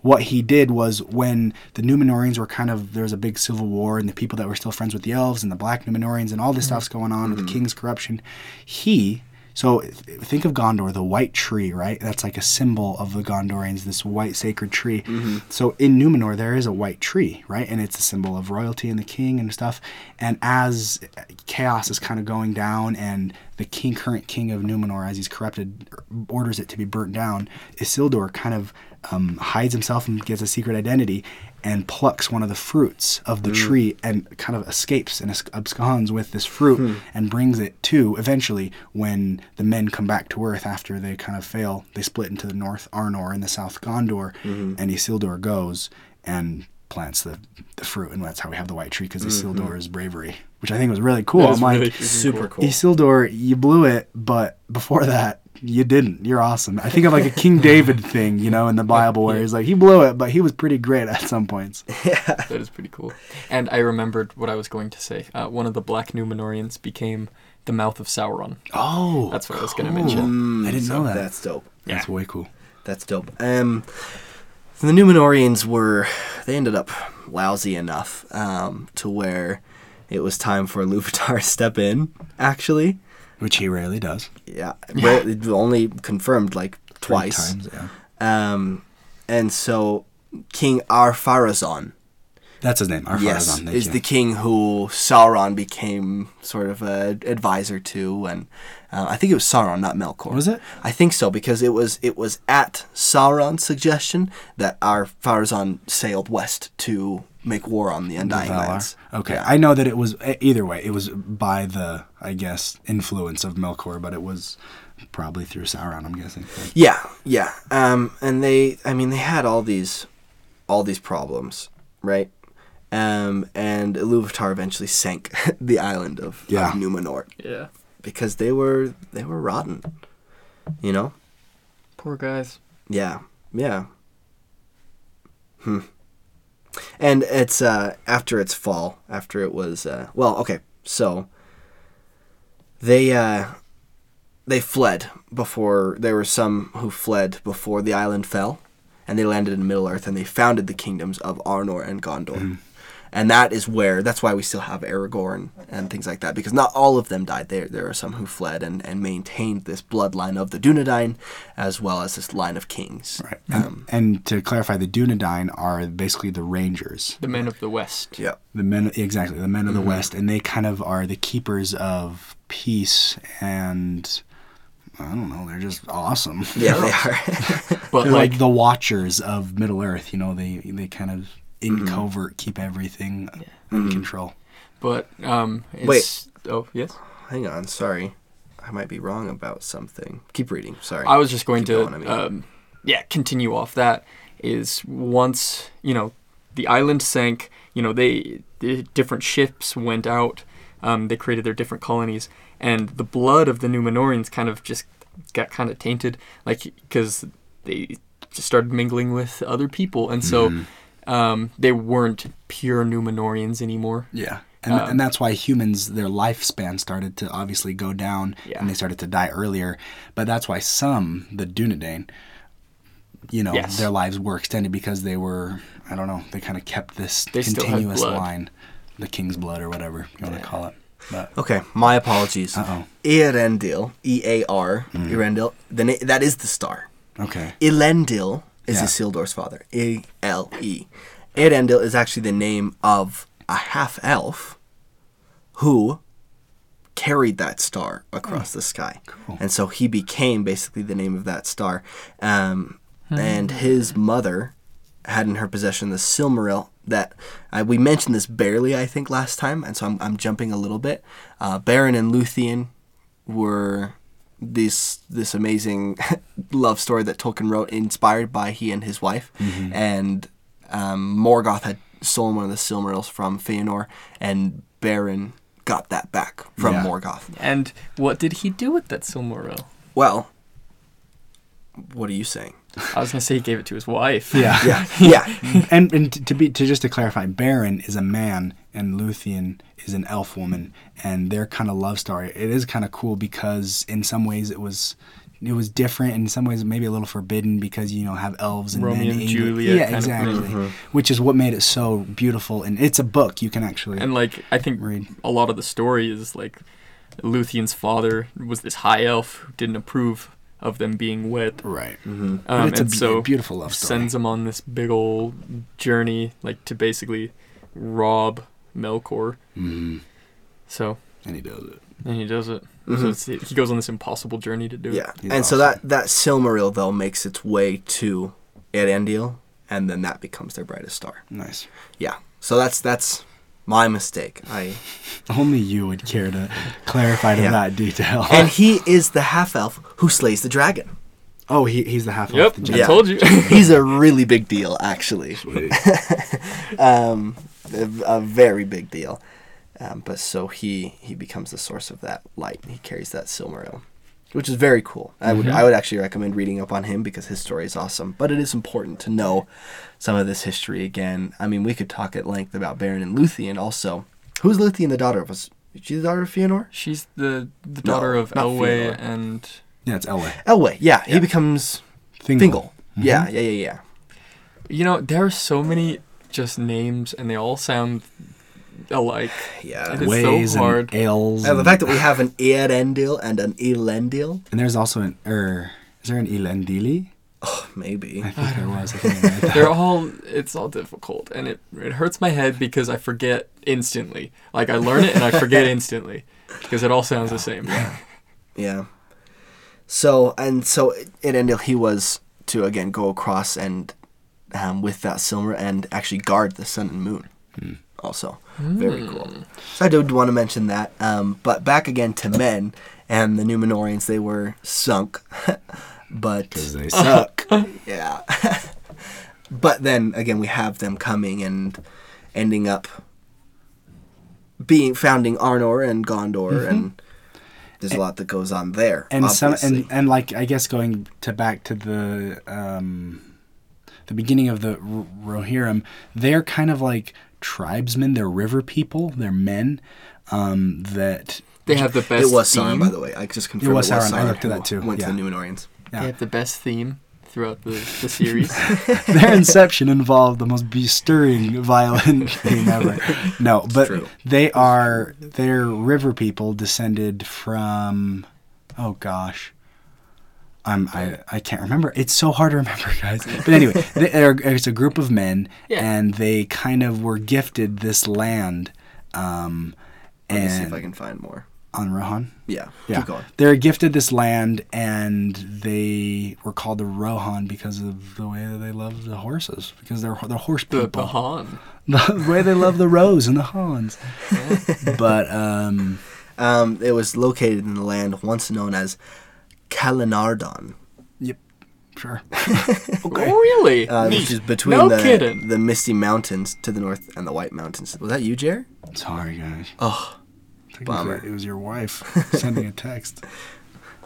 Speaker 3: what he did was when the Numenorians were kind of there was a big civil war, and the people that were still friends with the elves and the Black Numenorians and all this stuff's going on with the king's corruption. He so th- think of Gondor, the white tree, right? That's like a symbol of the Gondorians, this white sacred tree. So in Numenor, there is a white tree, right? And it's a symbol of royalty and the king and stuff. And as chaos is kind of going down, and the king, current king of Numenor, as he's corrupted, orders it to be burnt down, Isildur kind of um, hides himself and gets a secret identity and plucks one of the fruits of
Speaker 2: Mm.
Speaker 3: the tree and kind of escapes and absc- absconds with this fruit
Speaker 2: Hmm.
Speaker 3: and brings it to eventually when the men come back to Earth after they kind of fail. They split into the North Arnor and the South Gondor,
Speaker 2: Mm-hmm.
Speaker 3: and Isildur goes and plants the, the fruit, and that's how we have the White Tree because Isildur is bravery, which I think was really cool.
Speaker 2: Mm-hmm. That is
Speaker 3: I'm like,
Speaker 2: really
Speaker 3: [LAUGHS]
Speaker 2: freaking
Speaker 4: Super cool.
Speaker 3: Isildur, you blew it, but before that, you didn't. You're awesome. I think of like a
Speaker 2: [LAUGHS]
Speaker 3: King David thing, you know, in the Bible where he's like, he blew it, but he was pretty great at some points.
Speaker 2: That is pretty cool. And I remembered what I was going to say. Uh, one of the Black Numenorians became the Mouth of Sauron.
Speaker 3: Oh, Mm.
Speaker 2: That's what I was gonna mention.
Speaker 3: I didn't know that.
Speaker 1: That's dope.
Speaker 3: That's way cool.
Speaker 1: That's dope. Um, the Numenorians were they ended up lousy enough um, to where it was time for [LAUGHS] Luvatar to step in. Actually,
Speaker 3: Which he rarely does.
Speaker 1: yeah, well, it only confirmed like twice.
Speaker 3: Three times, yeah.
Speaker 1: Um, and so King Arpharazon,
Speaker 3: That's his name. Arpharazon.
Speaker 1: yes,
Speaker 3: thank
Speaker 1: is
Speaker 3: you.
Speaker 1: the king who Sauron became sort of a advisor to, and uh, I think it was Sauron, not Melkor.
Speaker 3: Was it?
Speaker 1: I think so because it was it was at Sauron's suggestion that Arpharazon sailed west to make war on the Undying
Speaker 3: Valar.
Speaker 1: Lands.
Speaker 3: Okay,
Speaker 1: Yeah.
Speaker 3: I know that it was e- either way. It was by the, I guess, influence of Melkor, but it was probably through Sauron. I'm guessing.
Speaker 1: Yeah, yeah. Um, and they, I mean, they had all these, all these problems, right? Um, and Iluvatar eventually sank [LAUGHS] the island of, of
Speaker 3: Yeah.
Speaker 1: Numenor
Speaker 2: Yeah.
Speaker 1: because they were they were rotten, you know.
Speaker 2: Poor guys.
Speaker 1: Yeah, yeah. Hmm. And it's uh, after its fall, after it was uh, well, okay. So they uh, they fled before there were some who fled before the island fell, and they landed in Middle Earth and they founded the kingdoms of Arnor and Gondor. And that is where that's why we still have Aragorn and things like that because not all of them died. There there are some who fled and, and maintained this bloodline of the Dunedain, as well as this line of kings.
Speaker 3: Right. And,
Speaker 1: Um.
Speaker 3: and to clarify, the Dunedain are basically the Rangers,
Speaker 2: The men of the West.
Speaker 1: Yeah.
Speaker 3: the men exactly the men of the
Speaker 1: Mm-hmm.
Speaker 3: West, and they kind of are the keepers of peace and. I don't know. They're just awesome.
Speaker 1: Yeah, they are. [LAUGHS]
Speaker 2: But
Speaker 3: They're like,
Speaker 2: like,
Speaker 3: the watchers of Middle Earth. You know, they they kind of in
Speaker 2: Mm-hmm.
Speaker 3: covert keep everything in control.
Speaker 2: but um. It's, Oh yes.
Speaker 1: Hang on, sorry. I might be wrong about something. Keep reading, sorry.
Speaker 2: I was just going
Speaker 1: Keep
Speaker 2: to,
Speaker 1: going, I mean.
Speaker 2: um, yeah, continue off that. Is once you know the island sank, you know they the different ships went out. Um, they created their different colonies, and the blood of the Numenorians kind of just got kind of tainted, like because they just started mingling with other people, and so
Speaker 1: Mm-hmm.
Speaker 2: um, they weren't pure Numenorians anymore.
Speaker 3: Yeah. And,
Speaker 2: Um,
Speaker 3: and that's why humans, their lifespan started to obviously go down
Speaker 2: Yeah.
Speaker 3: and they started to die earlier. But that's why some, the Dunedain, you know,
Speaker 2: Yes.
Speaker 3: their lives were extended because they were, I don't know, they kind of kept this
Speaker 2: They still had
Speaker 3: continuous
Speaker 2: blood.
Speaker 3: line, the king's blood or whatever you want to call it. But
Speaker 1: okay, my apologies.
Speaker 3: Uh-oh. Mm-hmm.
Speaker 1: Earendil, E A R, Earendil. The na- that is the star.
Speaker 3: okay.
Speaker 1: Elendil is
Speaker 3: Yeah.
Speaker 1: Isildur's father. E L E. Earendil is actually the name of a half elf who carried that star across the sky.
Speaker 3: cool.
Speaker 1: And so he became basically the name of that star. Um, And his mother had in her possession the Silmaril that uh, we mentioned this barely, I think, last time. And so I'm, I'm jumping a little bit. Uh, Baron and Luthien were this this amazing [LAUGHS] love story that Tolkien wrote, inspired by he and his wife. And um, Morgoth had stolen one of the Silmarils from Feanor, and Baron got that back from
Speaker 3: Yeah.
Speaker 1: Morgoth.
Speaker 2: And what did he do with that Silmaril?
Speaker 1: Well, What are you saying?
Speaker 2: I was gonna say he gave it to his wife.
Speaker 3: [LAUGHS] Yeah.
Speaker 1: Yeah, [LAUGHS]
Speaker 3: [LAUGHS]
Speaker 1: yeah.
Speaker 3: and and t- to be to just to clarify, Baron is a man and Luthien is an elf woman, and their kind of love story. It is kind of cool because in some ways it was. It was different in some ways, maybe a little forbidden because you know have elves and
Speaker 2: Romeo
Speaker 3: men
Speaker 2: and
Speaker 3: Engl-
Speaker 2: Juliet kind
Speaker 3: Yeah,
Speaker 2: of
Speaker 3: exactly.
Speaker 2: thing.
Speaker 1: Mm-hmm.
Speaker 3: Which is what made it so beautiful, and it's a book you can actually.
Speaker 2: And like I think
Speaker 3: Read.
Speaker 2: a lot of the story is like Luthien's father was this high elf who didn't approve of them being wed.
Speaker 3: right,
Speaker 1: Mm-hmm.
Speaker 3: But
Speaker 2: Um,
Speaker 3: it's a
Speaker 2: and
Speaker 3: be-
Speaker 2: so
Speaker 3: beautiful love story.
Speaker 2: sends him on this big old journey, like to basically rob Melkor.
Speaker 3: Mhm.
Speaker 2: So
Speaker 3: And he does it.
Speaker 2: and he does it.
Speaker 1: Mhm.
Speaker 3: Mm-hmm.
Speaker 2: So it's, he goes on this impossible journey to do it.
Speaker 1: Yeah,
Speaker 3: He's
Speaker 1: and so
Speaker 3: awesome.
Speaker 1: that that Silmaril though makes its way to Elendil, and then that becomes their brightest star.
Speaker 3: Nice.
Speaker 1: Yeah, so that's that's my mistake.
Speaker 3: [LAUGHS]
Speaker 1: I
Speaker 3: Only you would care to clarify to
Speaker 1: Yeah.
Speaker 3: that detail.
Speaker 1: and he is the half elf who slays the dragon.
Speaker 3: oh, he, he's the half.
Speaker 2: Yep,
Speaker 3: the
Speaker 2: I
Speaker 3: Jedi.
Speaker 1: Yeah.
Speaker 2: told you. [LAUGHS]
Speaker 1: He's a really big deal, actually. [LAUGHS] um, a, a very big deal. Um, but so he he becomes the source of that light. He carries that Silmaril, which is very cool. I would I would actually recommend reading up on him because his story is awesome. But it is important to know some of this history again. I mean, we could talk at length about Baron and Luthien also. Who's Luthien the daughter of? Was she the daughter of Fëanor?
Speaker 2: She's the, the daughter
Speaker 1: No,
Speaker 2: of
Speaker 1: not
Speaker 2: Elway
Speaker 1: Fëanor.
Speaker 2: and
Speaker 3: Yeah, it's Elway.
Speaker 1: Elway. Yeah, he becomes
Speaker 3: Thingle.
Speaker 1: Fingal. Mm-hmm. Yeah, yeah, yeah, yeah.
Speaker 2: you know there are so many just names and they all sound alike.
Speaker 1: Yeah.
Speaker 2: It is so
Speaker 3: Ways
Speaker 2: hard.
Speaker 3: and ales.
Speaker 1: And Uh, the fact that we have an Eärendil and an Elendil,
Speaker 3: and there's also an er. Is there an Elendili?
Speaker 1: oh, maybe.
Speaker 3: I think there was. I think I read
Speaker 1: [LAUGHS]
Speaker 3: that.
Speaker 2: They're all it's all difficult and it it hurts my head because I forget instantly. Like I learn it and I
Speaker 1: [LAUGHS]
Speaker 2: forget instantly because it all sounds the same.
Speaker 1: Yeah. So and so it ended. He was to again go across and um, with that silver and actually guard the sun and moon.
Speaker 3: Hmm.
Speaker 1: Also, very cool. So I did want to mention that. Um, but back again to men and the Numenorians. They were sunk, [LAUGHS] but
Speaker 3: 'Cause they suck.
Speaker 1: yeah. but then again, we have them coming and ending up being founding Arnor and Gondor, and there's a lot that goes on there.
Speaker 3: Mm-hmm. and some
Speaker 1: obviously.
Speaker 3: and, and like I guess going to back to the um, the beginning of the R- Rohirrim, they're kind of like tribesmen. They're river people. They're men um, that
Speaker 2: They have the best
Speaker 1: it was
Speaker 2: theme.
Speaker 1: Sauron, by the way. I just confirmed it
Speaker 3: was
Speaker 1: was Sauron.
Speaker 3: Sauron. I looked at
Speaker 1: who
Speaker 3: that too,
Speaker 1: Went to
Speaker 3: yeah.
Speaker 1: the Numenorians.
Speaker 3: Yeah.
Speaker 2: They have the best theme throughout the, the
Speaker 1: [LAUGHS]
Speaker 2: series.
Speaker 3: [LAUGHS] their inception involved the most bestirring
Speaker 1: [LAUGHS]
Speaker 3: violent thing ever. No, but
Speaker 1: true.
Speaker 3: they are they're river people descended from oh gosh. Um, I, I can't remember. It's so hard to remember, [LAUGHS] guys. But anyway, they are, it's a group of men,
Speaker 2: Yeah.
Speaker 3: and they kind of were gifted this land. Um,
Speaker 1: Let me see
Speaker 3: and
Speaker 1: if I can find more.
Speaker 3: on Rohan,
Speaker 1: Yeah,
Speaker 3: yeah.
Speaker 1: keep going.
Speaker 3: They're gifted this land and they were called the Rohan because of the way that they love the horses, because they're, they're horse
Speaker 2: the,
Speaker 3: people.
Speaker 2: the Han.
Speaker 3: [LAUGHS] The way they love the Rose and the Hans. but, um,
Speaker 1: Um, it was located in the land once known as Kalinardon,
Speaker 3: yep, sure.
Speaker 2: Oh really?
Speaker 1: uh, which
Speaker 2: Neat.
Speaker 1: is between
Speaker 2: No
Speaker 1: the
Speaker 2: kidding.
Speaker 1: the Misty Mountains to the north and the White Mountains. Was that you, Jer?
Speaker 3: Sorry, guys.
Speaker 1: Oh, bummer.
Speaker 3: It was your wife
Speaker 1: [LAUGHS]
Speaker 3: sending a text.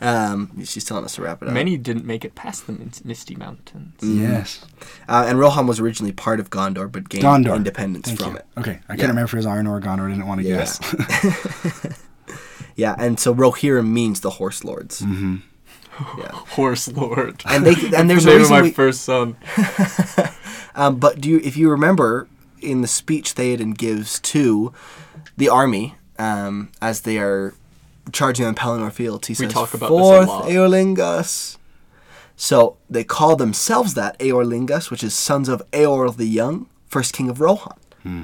Speaker 1: um, she's telling us to wrap it up.
Speaker 2: Many didn't make it past the Min- Misty Mountains.
Speaker 1: Mm.
Speaker 3: Yes.
Speaker 1: Uh, and Rohan was originally part of Gondor, but gained
Speaker 3: Gondor.
Speaker 1: independence
Speaker 3: Thank
Speaker 1: from
Speaker 3: you.
Speaker 1: it.
Speaker 3: Okay, I
Speaker 1: Yeah.
Speaker 3: can't remember if it was Iron or Gondor. I didn't want to
Speaker 1: Yeah.
Speaker 3: guess. [LAUGHS]
Speaker 1: Yeah, and so Rohirrim means the Horse Lords. Mm-hmm. Yeah,
Speaker 2: Horse Lord.
Speaker 1: and they and
Speaker 3: [LAUGHS]
Speaker 1: there's
Speaker 2: the
Speaker 1: a
Speaker 2: name of
Speaker 1: reason
Speaker 2: my
Speaker 1: we,
Speaker 2: first son.
Speaker 1: Um, but do you, if you remember in the speech Theoden gives to the army um, as they are charging on Pelennor Fields, he says,
Speaker 2: talk about this a
Speaker 1: Fourth
Speaker 2: lot."
Speaker 1: Eorlingus. So they call themselves that Eorlingus, which is sons of Eor the Young, first king of Rohan.
Speaker 3: Hmm.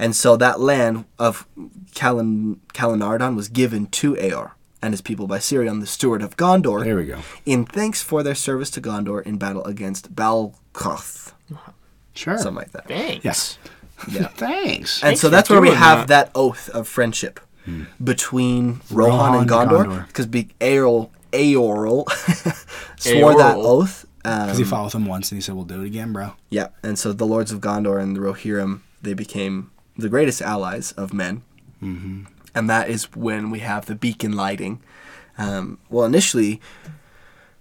Speaker 1: And so that land of Kalin, Kalinardon was given to Eor and his people by Sirion, the steward of Gondor,
Speaker 3: there we go.
Speaker 1: in thanks for their service to Gondor in battle against Balkoth
Speaker 3: Sure.
Speaker 1: something like that.
Speaker 2: Thanks.
Speaker 3: yes.
Speaker 1: Yeah.
Speaker 3: [LAUGHS] Thanks.
Speaker 1: And so
Speaker 2: for
Speaker 1: that's where we
Speaker 2: doing
Speaker 1: have that, oath of friendship between Hmm. Rohan, and
Speaker 3: Rohan and
Speaker 1: Gondor,
Speaker 3: Gondor.
Speaker 1: because be- Aeril, Aoril [LAUGHS] swore that
Speaker 2: Aoril.
Speaker 1: oath.
Speaker 3: Because he
Speaker 1: Um,
Speaker 3: fought with him once and he said, we'll do it again, bro.
Speaker 1: yeah, and so the lords of Gondor and the Rohirrim they became the greatest allies of men, and that is when we have the beacon lighting. Um, well, initially,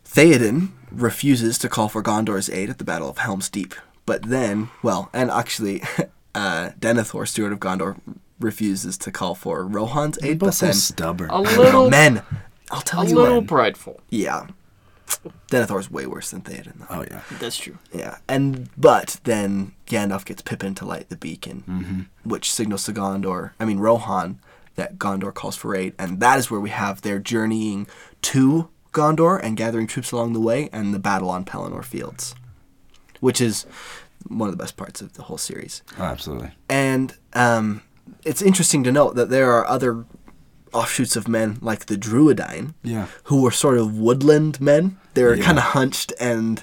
Speaker 1: Theoden refuses to call for Gondor's aid at the Battle of Helm's Deep, but then, well, and actually, [LAUGHS] uh, Denethor, steward of Gondor, refuses to call for Rohan's aid,
Speaker 3: Both
Speaker 1: but
Speaker 3: so
Speaker 1: then
Speaker 3: stubborn.
Speaker 2: A
Speaker 1: [LAUGHS]
Speaker 2: little,
Speaker 1: men, I'll tell
Speaker 2: a
Speaker 1: you
Speaker 2: little
Speaker 1: when.
Speaker 2: prideful.
Speaker 1: yeah, Denethor's way worse than Theoden. Though.
Speaker 3: oh yeah.
Speaker 2: That's true.
Speaker 1: Yeah, and but then Gandalf gets Pippin to light the beacon, which signals to Gondor, I mean Rohan, that Gondor calls for aid, and that is where we have their journeying to Gondor and gathering troops along the way, and the battle on Pelennor Fields, which is one of the best parts of the whole series.
Speaker 3: Oh, absolutely.
Speaker 1: And um, it's interesting to note that there are other offshoots of men like the Druidine,
Speaker 3: Yeah.
Speaker 1: who were sort of woodland men. They were
Speaker 3: Yeah.
Speaker 1: kind of hunched and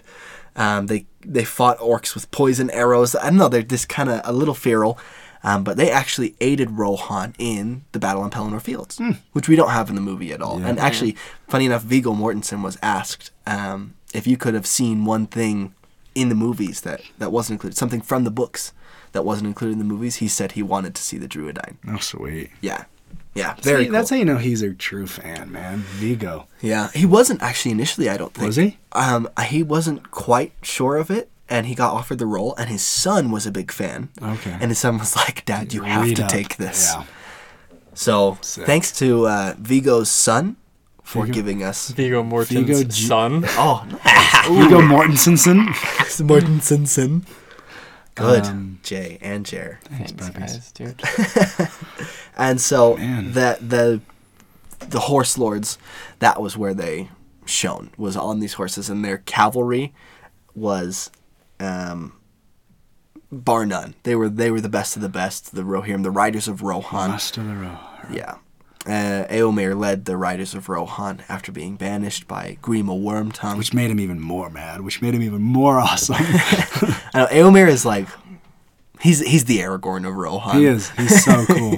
Speaker 1: um, they they fought orcs with poison arrows. I don't know, they're just kind of a little feral. Um, but they actually aided Rohan in the battle on Pelennor Fields, which we don't have in the movie at all.
Speaker 3: Hmm. Yeah.
Speaker 1: And actually, funny enough, Viggo Mortensen was asked um, if you could have seen one thing in the movies that, that wasn't included, something from the books that wasn't included in the movies. He said he wanted to see the Druidine.
Speaker 3: Oh, sweet.
Speaker 1: Yeah. Yeah. Very
Speaker 3: See, That's
Speaker 1: cool.
Speaker 3: how you know he's a true fan, man. Vigo.
Speaker 1: Yeah. He wasn't actually initially, I don't think.
Speaker 3: Was he?
Speaker 1: Um, he wasn't quite sure of it, and he got offered the role. And his son was a big fan.
Speaker 3: Okay.
Speaker 1: And his son was like, "Dad, you have
Speaker 3: Read
Speaker 1: to
Speaker 3: up.
Speaker 1: take this." [LAUGHS]
Speaker 3: Yeah.
Speaker 1: So
Speaker 3: Sick.
Speaker 1: thanks to uh, Vigo's son for
Speaker 3: Viggo-
Speaker 1: giving us.
Speaker 2: Vigo Mortensen's
Speaker 3: Viggo G-
Speaker 2: son.
Speaker 1: Oh, [LAUGHS]
Speaker 3: Vigo Mortensenson.
Speaker 1: nice, Morten Simpson. Good,
Speaker 3: Um,
Speaker 1: Jay and Jer.
Speaker 3: Thanks, puppies.
Speaker 2: guys, dude.
Speaker 1: And so
Speaker 3: Oh, Man.
Speaker 1: that the the horse lords, that was where they shone was on these horses, and their cavalry was, um, bar none. They were they were the best of the best. The Rohirrim, the riders of Rohan.
Speaker 3: Master of the road.
Speaker 1: Yeah. Uh, Eomer led the riders of Rohan after being banished by Grima Wormtongue.
Speaker 3: Which made him even more mad, which made him even more
Speaker 1: [LAUGHS]
Speaker 3: awesome.
Speaker 1: I know Eomer is like, he's he's the Aragorn of Rohan.
Speaker 3: he is. He's so cool.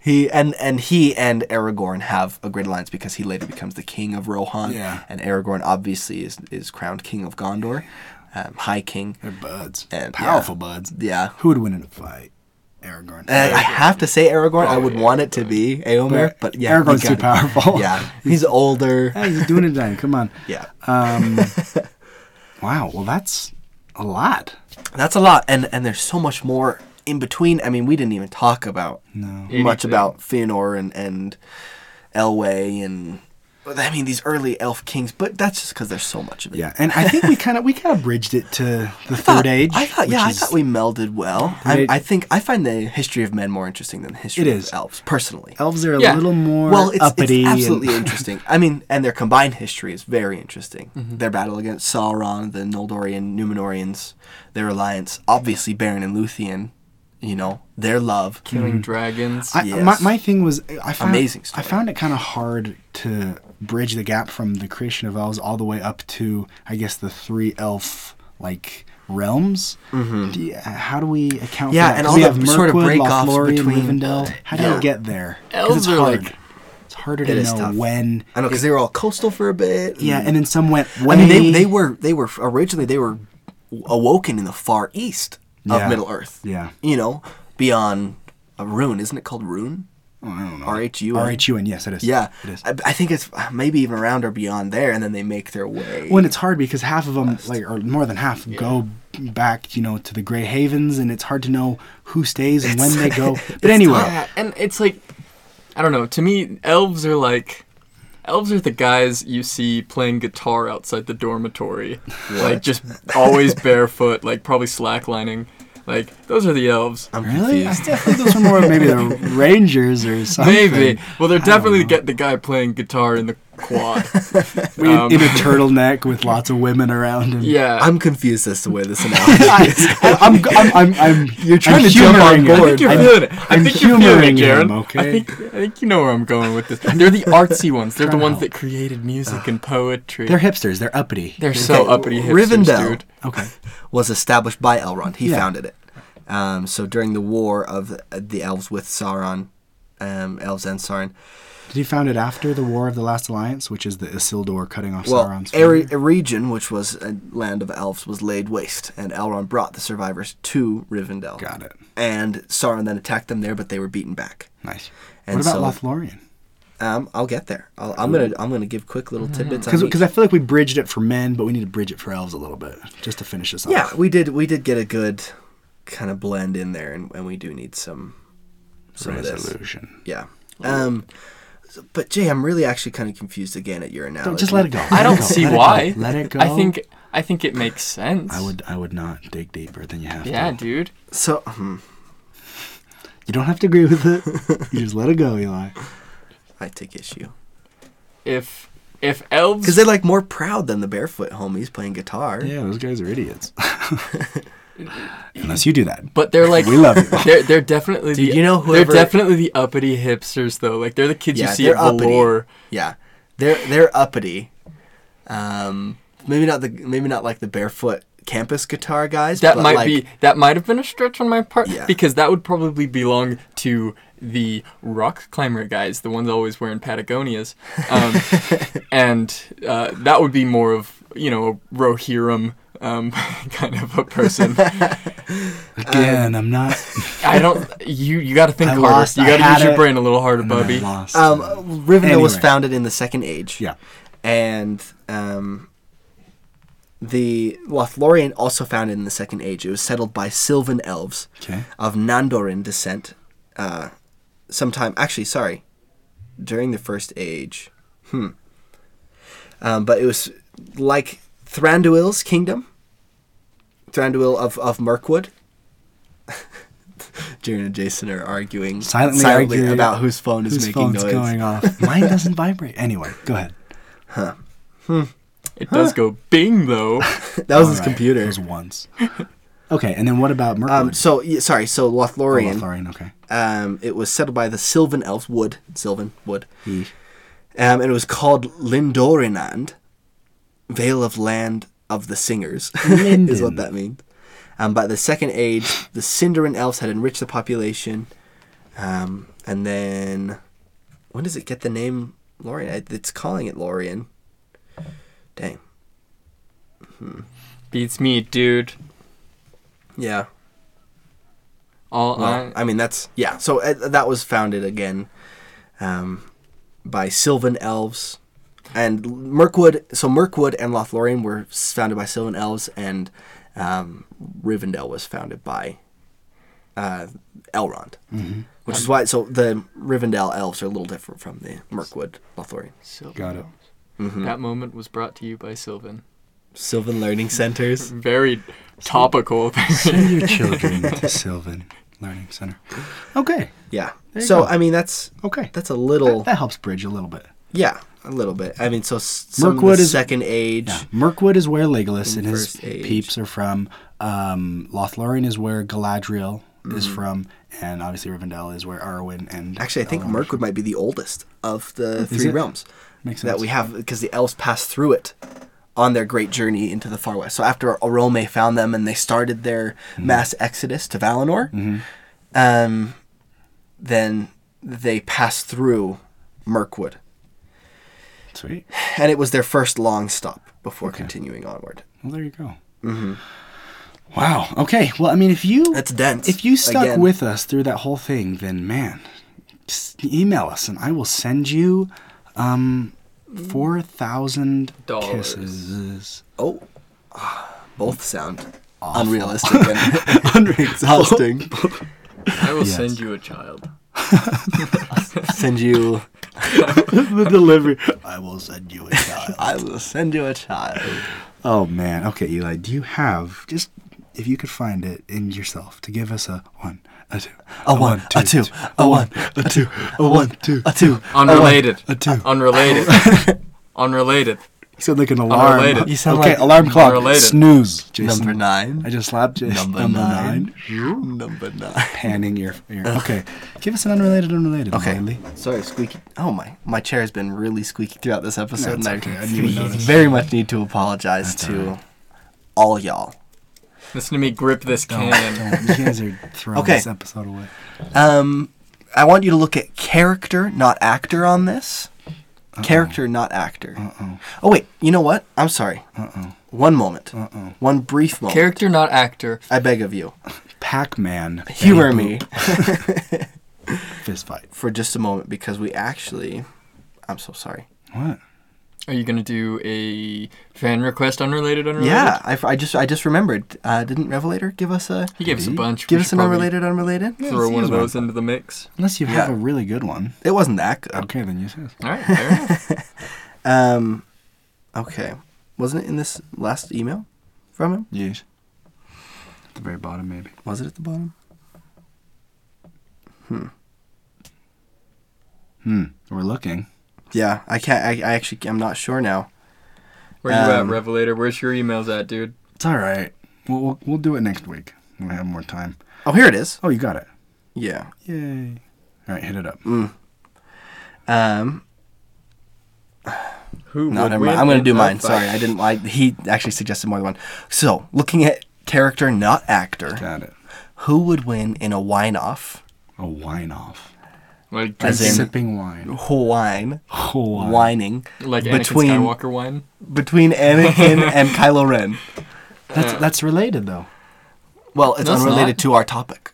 Speaker 1: He and and he and Aragorn have a great alliance because he later becomes the king of Rohan.
Speaker 3: Yeah.
Speaker 1: And Aragorn obviously is is crowned king of Gondor, um, High King.
Speaker 3: They're buds.
Speaker 1: [LAUGHS] And,
Speaker 3: Powerful
Speaker 1: yeah.
Speaker 3: buds.
Speaker 1: Yeah.
Speaker 3: Who would win in a fight? Aragorn.
Speaker 1: And
Speaker 3: [LAUGHS]
Speaker 1: I have to say Aragorn. I
Speaker 2: Oh,
Speaker 1: would
Speaker 2: yeah,
Speaker 1: want it to be Eomer, but yeah, you
Speaker 3: Aragorn's too
Speaker 1: gotta- [LAUGHS]
Speaker 3: powerful.
Speaker 1: Yeah, he's older.
Speaker 3: [LAUGHS] Hey, he's doing it then. Come on.
Speaker 1: Yeah.
Speaker 3: Um, wow. Well, that's a lot.
Speaker 1: That's a lot, and and there's so much more in between. I mean, we didn't even talk about
Speaker 3: No.
Speaker 1: much
Speaker 2: Anything.
Speaker 1: about Fëanor and and Elway and I mean these early elf kings, but that's just because there's so much of it.
Speaker 3: Yeah, and I think we kind of we kind of bridged it to the
Speaker 1: I thought-
Speaker 3: third age.
Speaker 1: I thought, yeah,
Speaker 3: which
Speaker 1: I
Speaker 3: is-
Speaker 1: thought we melded well.
Speaker 3: Third
Speaker 1: I,
Speaker 3: age-
Speaker 1: I think I find the history of men more interesting than the history
Speaker 3: It
Speaker 1: of
Speaker 3: is.
Speaker 1: elves, personally.
Speaker 3: elves are a
Speaker 2: Yeah.
Speaker 3: little more
Speaker 1: well, it's, it's
Speaker 3: uppity. and- [LAUGHS]
Speaker 1: absolutely interesting. I mean, and their combined history is very interesting.
Speaker 3: Mm-hmm.
Speaker 1: Their battle against Sauron, the Noldorian, Numenorians, their alliance, obviously Baron and Luthien, you know, their love.
Speaker 2: [LAUGHS] Killing dragons.
Speaker 3: Mm. I,
Speaker 1: Yes.
Speaker 3: my, my thing was I found
Speaker 1: Amazing
Speaker 3: I
Speaker 1: story.
Speaker 3: found it kind of hard to bridge the gap from the creation of elves all the way up to I guess the three elf like realms. Do you- how do we
Speaker 1: Mm-hmm.
Speaker 3: account?
Speaker 1: Yeah,
Speaker 3: for that?
Speaker 1: and
Speaker 3: 'Cause
Speaker 1: all
Speaker 3: we
Speaker 1: the
Speaker 3: have Mirkwood,
Speaker 1: sort of break-offs
Speaker 3: Lothlorien,
Speaker 1: between-
Speaker 3: Rivendell. How do
Speaker 1: Yeah.
Speaker 3: you get there? 'Cause
Speaker 2: Elves
Speaker 3: it's
Speaker 2: are
Speaker 3: hard.
Speaker 2: like-
Speaker 3: it's harder
Speaker 1: It
Speaker 3: to
Speaker 1: is
Speaker 3: know
Speaker 1: tough.
Speaker 3: when.
Speaker 1: I know because they were all coastal for a bit. Mm.
Speaker 3: Yeah, and then some went.
Speaker 1: I
Speaker 3: When
Speaker 1: mean, they, they were they were originally they were awoken in the far east of
Speaker 3: Yeah.
Speaker 1: Middle Earth.
Speaker 3: Yeah.
Speaker 1: you know, beyond a rune, isn't it called rune?
Speaker 3: Oh, I don't know.
Speaker 1: R H U N.
Speaker 3: R H U N. Yes, it is.
Speaker 1: Yeah,
Speaker 3: it is.
Speaker 1: I, I think it's maybe even around or beyond there, and then they make their way.
Speaker 3: when it's hard because half of them like or more than half go back you know to the gray havens and it's hard to know who stays and when they go but anyway
Speaker 2: Yeah, and it's like, I don't know. To me, elves are like, elves are the guys you see playing guitar outside the dormitory, like just
Speaker 3: [LAUGHS]
Speaker 2: always barefoot, like probably slacklining. Like those are the elves.
Speaker 1: I'm
Speaker 3: really i
Speaker 1: confused.
Speaker 3: still think those are more of maybe the rangers or something
Speaker 2: Maybe. Well, they're
Speaker 3: don't
Speaker 2: definitely
Speaker 3: know.
Speaker 2: get the guy playing guitar in the quad.
Speaker 3: [LAUGHS] We-
Speaker 2: Um,
Speaker 3: in a turtleneck with lots of women around him
Speaker 2: yeah.
Speaker 1: I'm confused as to where this analogy.
Speaker 3: [LAUGHS] I, [LAUGHS] I'm, I'm, I'm, I'm you're trying to jump on
Speaker 2: I think
Speaker 3: board
Speaker 2: you're
Speaker 3: I'm-
Speaker 2: feeling it. I
Speaker 3: I'm
Speaker 2: think you're feeling
Speaker 3: humoring
Speaker 2: it, Jared.
Speaker 3: him, okay?
Speaker 2: I think I think you know where I'm going with this. They're
Speaker 3: [LAUGHS]
Speaker 2: the artsy ones. They're the
Speaker 3: Trying to
Speaker 2: ones that
Speaker 3: help.
Speaker 2: created music and poetry.
Speaker 3: they're
Speaker 2: They're,
Speaker 3: hipsters they're uppity
Speaker 2: so
Speaker 1: Okay,
Speaker 2: uppity hipsters,
Speaker 1: Rivendell.
Speaker 2: dude.
Speaker 3: okay
Speaker 1: was established by Elrond. He
Speaker 3: Yeah.
Speaker 1: founded it. Um, so during the war of uh, the elves with Sauron, um, elves and Sauron,
Speaker 3: did he found it after the war of the last alliance which is the Isildur cutting off
Speaker 1: well,
Speaker 3: Sauron's
Speaker 1: Eri-
Speaker 3: finger?
Speaker 1: a region which was a land of elves was laid waste, and Elrond brought the survivors to Rivendell.
Speaker 3: got it
Speaker 1: And Sauron then attacked them there, but they were beaten back.
Speaker 3: nice
Speaker 1: And
Speaker 3: what
Speaker 1: so-
Speaker 3: about Lothlorien
Speaker 1: Um, I'll get there. I'll, I'm gonna I'm gonna give quick little tidbits. on each.
Speaker 3: Because Mm-hmm. I feel like we bridged it for men, but we need to bridge it for elves a little bit just to finish this off.
Speaker 1: yeah, we did we did get a good kind of blend in there, and, and we do need some some of this.
Speaker 3: Resolution.
Speaker 1: Yeah. Um, so- but Jay, I'm really actually kind of confused again at your analogy.
Speaker 3: Don't, just let it go. Let
Speaker 2: I
Speaker 3: it
Speaker 2: don't
Speaker 3: go.
Speaker 2: see
Speaker 3: Let it go.
Speaker 2: why.
Speaker 3: Let it go.
Speaker 2: I think I think it makes sense.
Speaker 3: I would. I would not dig deeper than you have
Speaker 2: Yeah,
Speaker 3: to.
Speaker 2: dude.
Speaker 1: So hmm,
Speaker 3: You don't have to agree with it. you just let it go, Eli.
Speaker 1: I take issue
Speaker 2: If if elves
Speaker 1: because they're like more proud than the barefoot homies playing guitar.
Speaker 3: Yeah, those guys are idiots. [LAUGHS] Unless you do that.
Speaker 2: But
Speaker 3: [LAUGHS]
Speaker 2: they're like um,
Speaker 3: We
Speaker 2: [LAUGHS]
Speaker 3: love you.
Speaker 2: They're they're definitely
Speaker 1: Dude,
Speaker 2: the,
Speaker 1: you know whoever-
Speaker 2: they're definitely the uppity hipsters though. Like they're the kids
Speaker 1: Yeah,
Speaker 2: you see
Speaker 1: they're
Speaker 2: at Valor.
Speaker 1: Yeah, they're they're uppity. Um, maybe not the maybe not like the barefoot campus guitar guys.
Speaker 2: That
Speaker 1: but
Speaker 2: might
Speaker 1: like,
Speaker 2: be that might have been a stretch on my part
Speaker 1: Yeah.
Speaker 2: because that would probably belong to the rock climber guys, the ones always wearing Patagonias,
Speaker 3: [LAUGHS]
Speaker 2: um, and uh, that would be more of you know a Rohirrim um, [LAUGHS] kind of a
Speaker 3: [LAUGHS]
Speaker 2: person.
Speaker 3: Again, I'm not.
Speaker 2: I don't. You you got to think
Speaker 3: I
Speaker 2: harder.
Speaker 3: lost,
Speaker 2: you
Speaker 3: I
Speaker 2: got to
Speaker 3: had
Speaker 2: use your
Speaker 3: it,
Speaker 2: brain a little harder,
Speaker 3: and then I
Speaker 2: Bubby.
Speaker 3: lost.
Speaker 1: Um, Rivendell was
Speaker 3: Anyway.
Speaker 1: founded in the Second Age.
Speaker 3: yeah.
Speaker 1: and um, the Lothlorien also founded in the Second Age. It was settled by Sylvan elves
Speaker 3: Okay.
Speaker 1: of Nandorin descent. Uh, sometime, actually, sorry, during the First Age. Hmm. Um, but it was like Thranduil's kingdom. Thranduil of of Mirkwood. [LAUGHS] Jared and Jason are arguing
Speaker 3: Silently, arguing
Speaker 1: about whose phone is
Speaker 3: whose
Speaker 1: making
Speaker 3: phone's
Speaker 1: noise.
Speaker 3: going off. Mine doesn't vibrate. Anyway, go ahead.
Speaker 2: It does go
Speaker 3: [GASPS]
Speaker 2: bing though.
Speaker 1: That was his
Speaker 3: Alright,
Speaker 1: computer.
Speaker 3: It was once. okay, and then what about Mercury?
Speaker 1: Um, so yeah, sorry, so Lothlorien.
Speaker 3: okay.
Speaker 1: Um, it was settled by the Sylvan elves, wood, Sylvan wood,
Speaker 3: He,
Speaker 1: um, and it was called Lindorinand, Vale of Land of the Singers, [LAUGHS] is
Speaker 3: Linden.
Speaker 1: what that means. Um, by the Second Age, the Cinderin elves had enriched the population, um, and then when does it get the name Lorien? It- It's calling it Lorien. Dang.
Speaker 2: Beats me, dude.
Speaker 1: Yeah.
Speaker 2: All
Speaker 1: Well, I mean that's yeah. So uh, that was founded again um, by Sylvan elves and Mirkwood. So Mirkwood and Lothlorien were s- founded by Sylvan elves, and um, Rivendell was founded by uh, Elrond,
Speaker 3: Mm-hmm.
Speaker 1: which is why. So the Rivendell elves are a little different from the Mirkwood Lothlorien.
Speaker 2: Sylvan
Speaker 3: Got it. Mm-hmm.
Speaker 2: Elves. That moment was brought to you by Sylvan.
Speaker 1: Sylvan learning centers.
Speaker 2: Very topical. [LAUGHS]
Speaker 3: send your children to Sylvan Learning Center. Okay,
Speaker 1: [LAUGHS] Yeah.
Speaker 3: There you
Speaker 1: So
Speaker 3: go.
Speaker 1: I mean that's
Speaker 3: okay.
Speaker 1: that's a little
Speaker 3: that helps bridge a little bit.
Speaker 1: yeah a little bit. I mean so s- some of
Speaker 3: Mirkwood
Speaker 1: the
Speaker 3: is-
Speaker 1: second age.
Speaker 3: Yeah. Mirkwood is where Legolas
Speaker 1: From
Speaker 3: and his
Speaker 1: First Age.
Speaker 3: peeps are from. Um, Lothlorien is where Galadriel is from, and obviously Rivendell is where Arwen and
Speaker 1: Mm-hmm. Actually, I think
Speaker 3: Elrond-
Speaker 1: Mirkwood might be the oldest of the three
Speaker 3: Oh, it?
Speaker 1: realms
Speaker 3: Makes
Speaker 1: that
Speaker 3: sense.
Speaker 1: we have because the elves passed through it on their great journey into the far west. So after Orome found them and they started their
Speaker 3: Mm-hmm.
Speaker 1: mass exodus to Valinor, um, then they passed through Mirkwood,
Speaker 3: Sweet.
Speaker 1: and it was their first long stop before continuing onward.
Speaker 3: Well, there you go. Wow. Okay. Well, I mean, if you
Speaker 1: Mm-hmm. That's dense.
Speaker 3: If you stuck
Speaker 1: Again.
Speaker 3: with us through that whole thing, then man, just email us and I will send you um four thousand
Speaker 2: Dollars.
Speaker 3: kisses.
Speaker 1: Oh, ah, both sound unrealistic
Speaker 3: [LAUGHS]
Speaker 1: and [LAUGHS] exhausting.
Speaker 2: I will
Speaker 3: Yes.
Speaker 2: send you a child.
Speaker 1: [LAUGHS] Send you.
Speaker 3: [LAUGHS] the delivery. I will send you a child.
Speaker 1: I will send you a child.
Speaker 3: [LAUGHS] oh man. Okay, Eli. Do you have just if you could find it in yourself to give us a one, a two,
Speaker 1: A one, a two, a
Speaker 3: [LAUGHS]
Speaker 1: one,
Speaker 3: a two, a [LAUGHS] one, two,
Speaker 1: A two.
Speaker 2: Unrelated.
Speaker 3: a two.
Speaker 2: Unrelated. Unrelated.
Speaker 3: You sound like an alarm.
Speaker 2: Unrelated.
Speaker 1: You sound
Speaker 3: okay,
Speaker 1: like-
Speaker 3: alarm clock.
Speaker 2: Unrelated.
Speaker 3: Snooze. Jason.
Speaker 1: Number nine.
Speaker 3: I just slapped Jason. [LAUGHS]
Speaker 1: Number, nine. Number nine.
Speaker 3: Panning your ear. Okay. Give us an unrelated, unrelated.
Speaker 1: Okay.
Speaker 3: Miley.
Speaker 1: Sorry, squeaky. Oh my, my chair has been really squeaky throughout this
Speaker 3: No,
Speaker 1: episode,
Speaker 3: it's
Speaker 1: and
Speaker 3: okay.
Speaker 1: I
Speaker 3: I didn't even
Speaker 1: [LAUGHS]
Speaker 3: notice.
Speaker 1: very much need to apologize to all y'all.
Speaker 2: Listen to me grip this can.
Speaker 3: Don't- You
Speaker 1: [LAUGHS]
Speaker 3: guys are throwing
Speaker 1: Okay.
Speaker 3: this episode away.
Speaker 1: Um, I want you to look at character, not actor, on this. Character, not actor.
Speaker 3: Uh-oh.
Speaker 1: Oh wait, you know what? I'm sorry.
Speaker 3: Uh-oh.
Speaker 1: One moment.
Speaker 3: Uh-oh.
Speaker 1: One brief moment.
Speaker 2: Character, not actor.
Speaker 1: I beg of you, [LAUGHS]
Speaker 3: Pac-Man.
Speaker 1: humor
Speaker 3: [LAUGHS] Betty
Speaker 1: me
Speaker 3: Boop Fist fight.
Speaker 1: for just a moment because we actually I'm so sorry.
Speaker 3: What?
Speaker 2: Are you gonna do a fan request unrelated unrelated?
Speaker 1: Yeah, I, f- I just I just remembered. Uh, didn't Revelator give us a
Speaker 2: He gave us a
Speaker 3: Maybe.
Speaker 2: bunch. We
Speaker 1: give
Speaker 2: should
Speaker 1: us an
Speaker 2: probably
Speaker 1: unrelated unrelated?
Speaker 2: Throw
Speaker 3: Yeah,
Speaker 2: one of
Speaker 3: use one.
Speaker 2: those into the mix.
Speaker 3: Unless you have
Speaker 1: Yeah.
Speaker 3: a really good one.
Speaker 1: It wasn't that good.
Speaker 3: Okay, then use his.
Speaker 2: All right. Fair enough.
Speaker 1: Um, okay, wasn't it in this last email from him?
Speaker 3: Yes. At the very bottom, maybe.
Speaker 1: Was it at the bottom?
Speaker 3: Hmm. We're looking.
Speaker 1: Yeah, I can't. I, I actually I'm not sure now.
Speaker 2: Where you
Speaker 1: Um,
Speaker 2: at, Revelator? Where's your emails at, dude?
Speaker 3: It's all right. We'll, we'll, we'll do it next week when we have more time.
Speaker 1: Oh, here it is.
Speaker 3: Oh, you got it.
Speaker 1: Yeah.
Speaker 3: Yay. All right, hit it up.
Speaker 1: Mm. Um,
Speaker 2: Who?
Speaker 1: no,
Speaker 2: would
Speaker 1: never mind.
Speaker 2: win
Speaker 1: I'm gonna
Speaker 2: in
Speaker 1: do
Speaker 2: a
Speaker 1: mine.
Speaker 2: fight?
Speaker 1: Sorry, I didn't. I he actually suggested more than one. So looking at character, not actor,
Speaker 3: Got it.
Speaker 1: who would win in a wine off?
Speaker 3: A wine off.
Speaker 2: Like,
Speaker 1: As in-
Speaker 3: Sipping wine.
Speaker 1: Wine,
Speaker 3: Wine.
Speaker 1: whining
Speaker 2: like Anakin
Speaker 1: between-
Speaker 2: Skywalker wine.
Speaker 1: between
Speaker 2: [LAUGHS]
Speaker 1: Anakin and Kylo Ren.
Speaker 3: That's, that's related, though.
Speaker 1: Well, it's
Speaker 2: No, it's
Speaker 1: unrelated
Speaker 2: not.
Speaker 1: to our topic.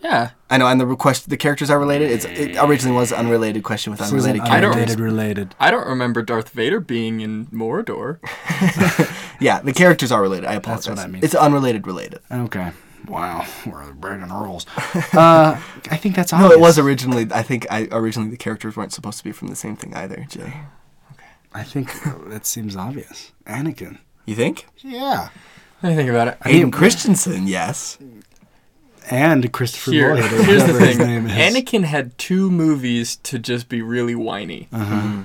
Speaker 2: Yeah.
Speaker 1: I know, and the request, the characters are related. It's it originally was unrelated question with unrelated
Speaker 2: I don't-
Speaker 1: characters.
Speaker 3: Unrelated, related.
Speaker 2: I don't remember Darth Vader being in Mordor.
Speaker 1: Yeah, the characters are related. I apologize.
Speaker 3: what I mean.
Speaker 1: It's unrelated related.
Speaker 3: Okay. Wow. [LAUGHS] We're breaking
Speaker 1: [LAUGHS]
Speaker 3: the rules. uh, I think that's
Speaker 1: No,
Speaker 3: obvious.
Speaker 1: it was originally. I think I originally the characters weren't supposed to be from the same thing either. Jay,
Speaker 3: I think that seems obvious. Anakin.
Speaker 1: you think?
Speaker 3: Yeah.
Speaker 2: Let me think about it.
Speaker 3: I mean-
Speaker 1: Hayden Christensen, yes.
Speaker 3: And Christopher
Speaker 2: Here,
Speaker 3: Lloyd. or
Speaker 2: here's the
Speaker 3: whatever his
Speaker 2: thing.
Speaker 3: name is.
Speaker 2: Anakin had two movies to just be really whiny.
Speaker 3: Uh-huh.
Speaker 1: Hmm.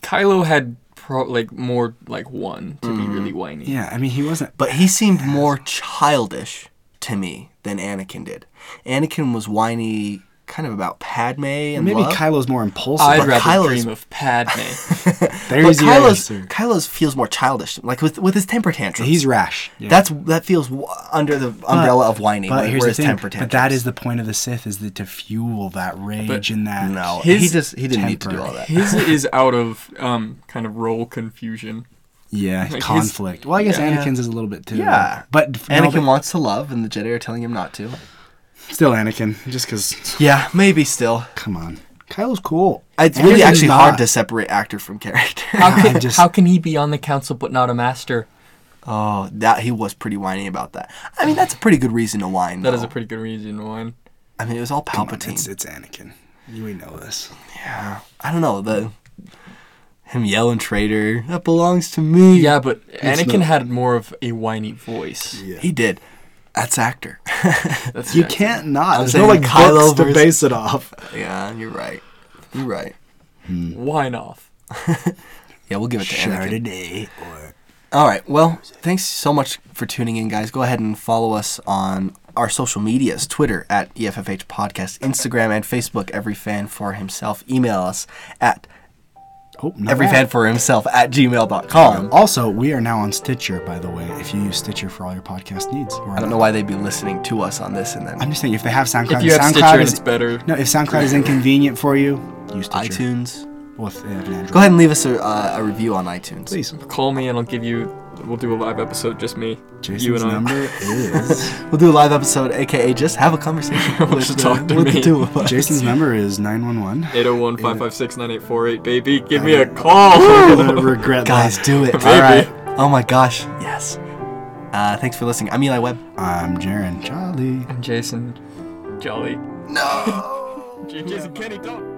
Speaker 2: Kylo had pro- like more like one to
Speaker 1: Hmm.
Speaker 2: be really whiny.
Speaker 3: Yeah, I mean, he wasn't.
Speaker 1: But he seemed more childish to me than Anakin did. Anakin was whiny, kind of about Padme and
Speaker 3: Maybe
Speaker 1: love.
Speaker 3: Kylo's more impulsive.
Speaker 2: I'd
Speaker 1: But
Speaker 2: rather
Speaker 1: Kylo's-
Speaker 2: dream of Padme.
Speaker 1: [LAUGHS]
Speaker 3: There's
Speaker 1: but
Speaker 3: your
Speaker 1: Kylo's,
Speaker 3: answer.
Speaker 1: Kylo's feels more childish, like with with his temper tantrums.
Speaker 3: He's rash. Yeah.
Speaker 1: That's that feels w- under the umbrella of whiny.
Speaker 3: But
Speaker 1: But
Speaker 3: here's the
Speaker 1: whereas
Speaker 3: thing.
Speaker 1: temper
Speaker 3: But
Speaker 1: tantrums.
Speaker 3: that is the point of the Sith is that to fuel that rage and that.
Speaker 1: no.
Speaker 2: His
Speaker 1: he just he didn't need to do
Speaker 3: temper.
Speaker 1: all that.
Speaker 2: His is out of um, kind of role confusion.
Speaker 3: Yeah,
Speaker 2: his-
Speaker 3: conflict. well, I guess
Speaker 1: yeah.
Speaker 3: Anakin's is a little bit too.
Speaker 1: Yeah.
Speaker 3: but
Speaker 1: Anakin
Speaker 3: Anakin no,
Speaker 1: wants to love, and the Jedi are telling him not to.
Speaker 3: but still Anakin. Just because.
Speaker 1: Yeah, maybe still.
Speaker 3: Come on, Kylo's cool.
Speaker 1: It's really
Speaker 3: Anakin's
Speaker 1: actually
Speaker 3: not.
Speaker 1: hard to separate actor from character. [LAUGHS]
Speaker 2: How
Speaker 3: I
Speaker 2: can,
Speaker 3: just-
Speaker 2: how can he be on the council but not a master?
Speaker 1: oh, that he was pretty whiny about that. I mean, that's a pretty good reason to whine.
Speaker 2: That is
Speaker 1: though.
Speaker 2: a pretty good reason, Ryan.
Speaker 1: I mean, it was all
Speaker 3: Come on, It's,
Speaker 1: Palpatine.
Speaker 3: it's Anakin. You- We know this.
Speaker 1: yeah. I don't know the him yelling traitor. That belongs to me.
Speaker 2: Yeah, but Anakin
Speaker 3: not-
Speaker 2: had more of a whiny voice.
Speaker 3: Yeah.
Speaker 1: he did. That's actor.
Speaker 2: That's
Speaker 3: You
Speaker 2: yeah.
Speaker 3: can't not. There's
Speaker 1: saying
Speaker 3: no like
Speaker 1: Kylo
Speaker 3: books to
Speaker 1: versus-
Speaker 3: base it off.
Speaker 1: yeah, you're right. You're right.
Speaker 2: Wine off.
Speaker 1: Yeah, we'll give it to Anakin.
Speaker 3: Chardonnay or
Speaker 1: All right. Well, thanks so much for tuning in, guys. Go ahead and follow us on our social medias Twitter at E EFFH Podcast, Instagram, and Facebook, Every Fan for Himself. Email us at
Speaker 3: oh, not
Speaker 1: Every
Speaker 3: bad.
Speaker 1: Fan for Himself at gmail.com.
Speaker 3: Also, we are now on Stitcher, by the way, if you use Stitcher for all your podcast needs.
Speaker 1: I don't know why they'd be listening to us on this and
Speaker 3: I'm
Speaker 1: then
Speaker 3: just saying, if they have SoundCloud,
Speaker 2: If you have
Speaker 3: SoundCloud
Speaker 2: Stitcher,
Speaker 3: is,
Speaker 2: it's better.
Speaker 3: No, if SoundCloud is inconvenient for you, use Stitcher.
Speaker 1: iTunes.
Speaker 3: Well, if they have an Android.
Speaker 1: Go ahead and leave us a, uh, a review on iTunes.
Speaker 3: Please.
Speaker 2: Call me and I'll give you. We'll do a live episode, just me. you
Speaker 3: Jason's
Speaker 2: and I.
Speaker 3: number
Speaker 1: [LAUGHS]
Speaker 3: is.
Speaker 1: We'll do a live episode, aka just have a conversation with,
Speaker 2: to
Speaker 1: the,
Speaker 2: talk to
Speaker 1: with the
Speaker 2: me.
Speaker 1: two of us.
Speaker 3: Jason's number
Speaker 1: [LAUGHS]
Speaker 3: is 911.
Speaker 2: 801 556 9848, baby. Give me a call.
Speaker 3: I'm gonna regret
Speaker 1: Guys, do it.
Speaker 2: Maybe.
Speaker 1: All right. Oh my gosh. Yes. Uh, thanks for listening. I'm Eli Webb.
Speaker 3: that. I'm Jaren Jolly.
Speaker 2: [LAUGHS] I'm Jason Jolly. No. Jason Kenny, don't.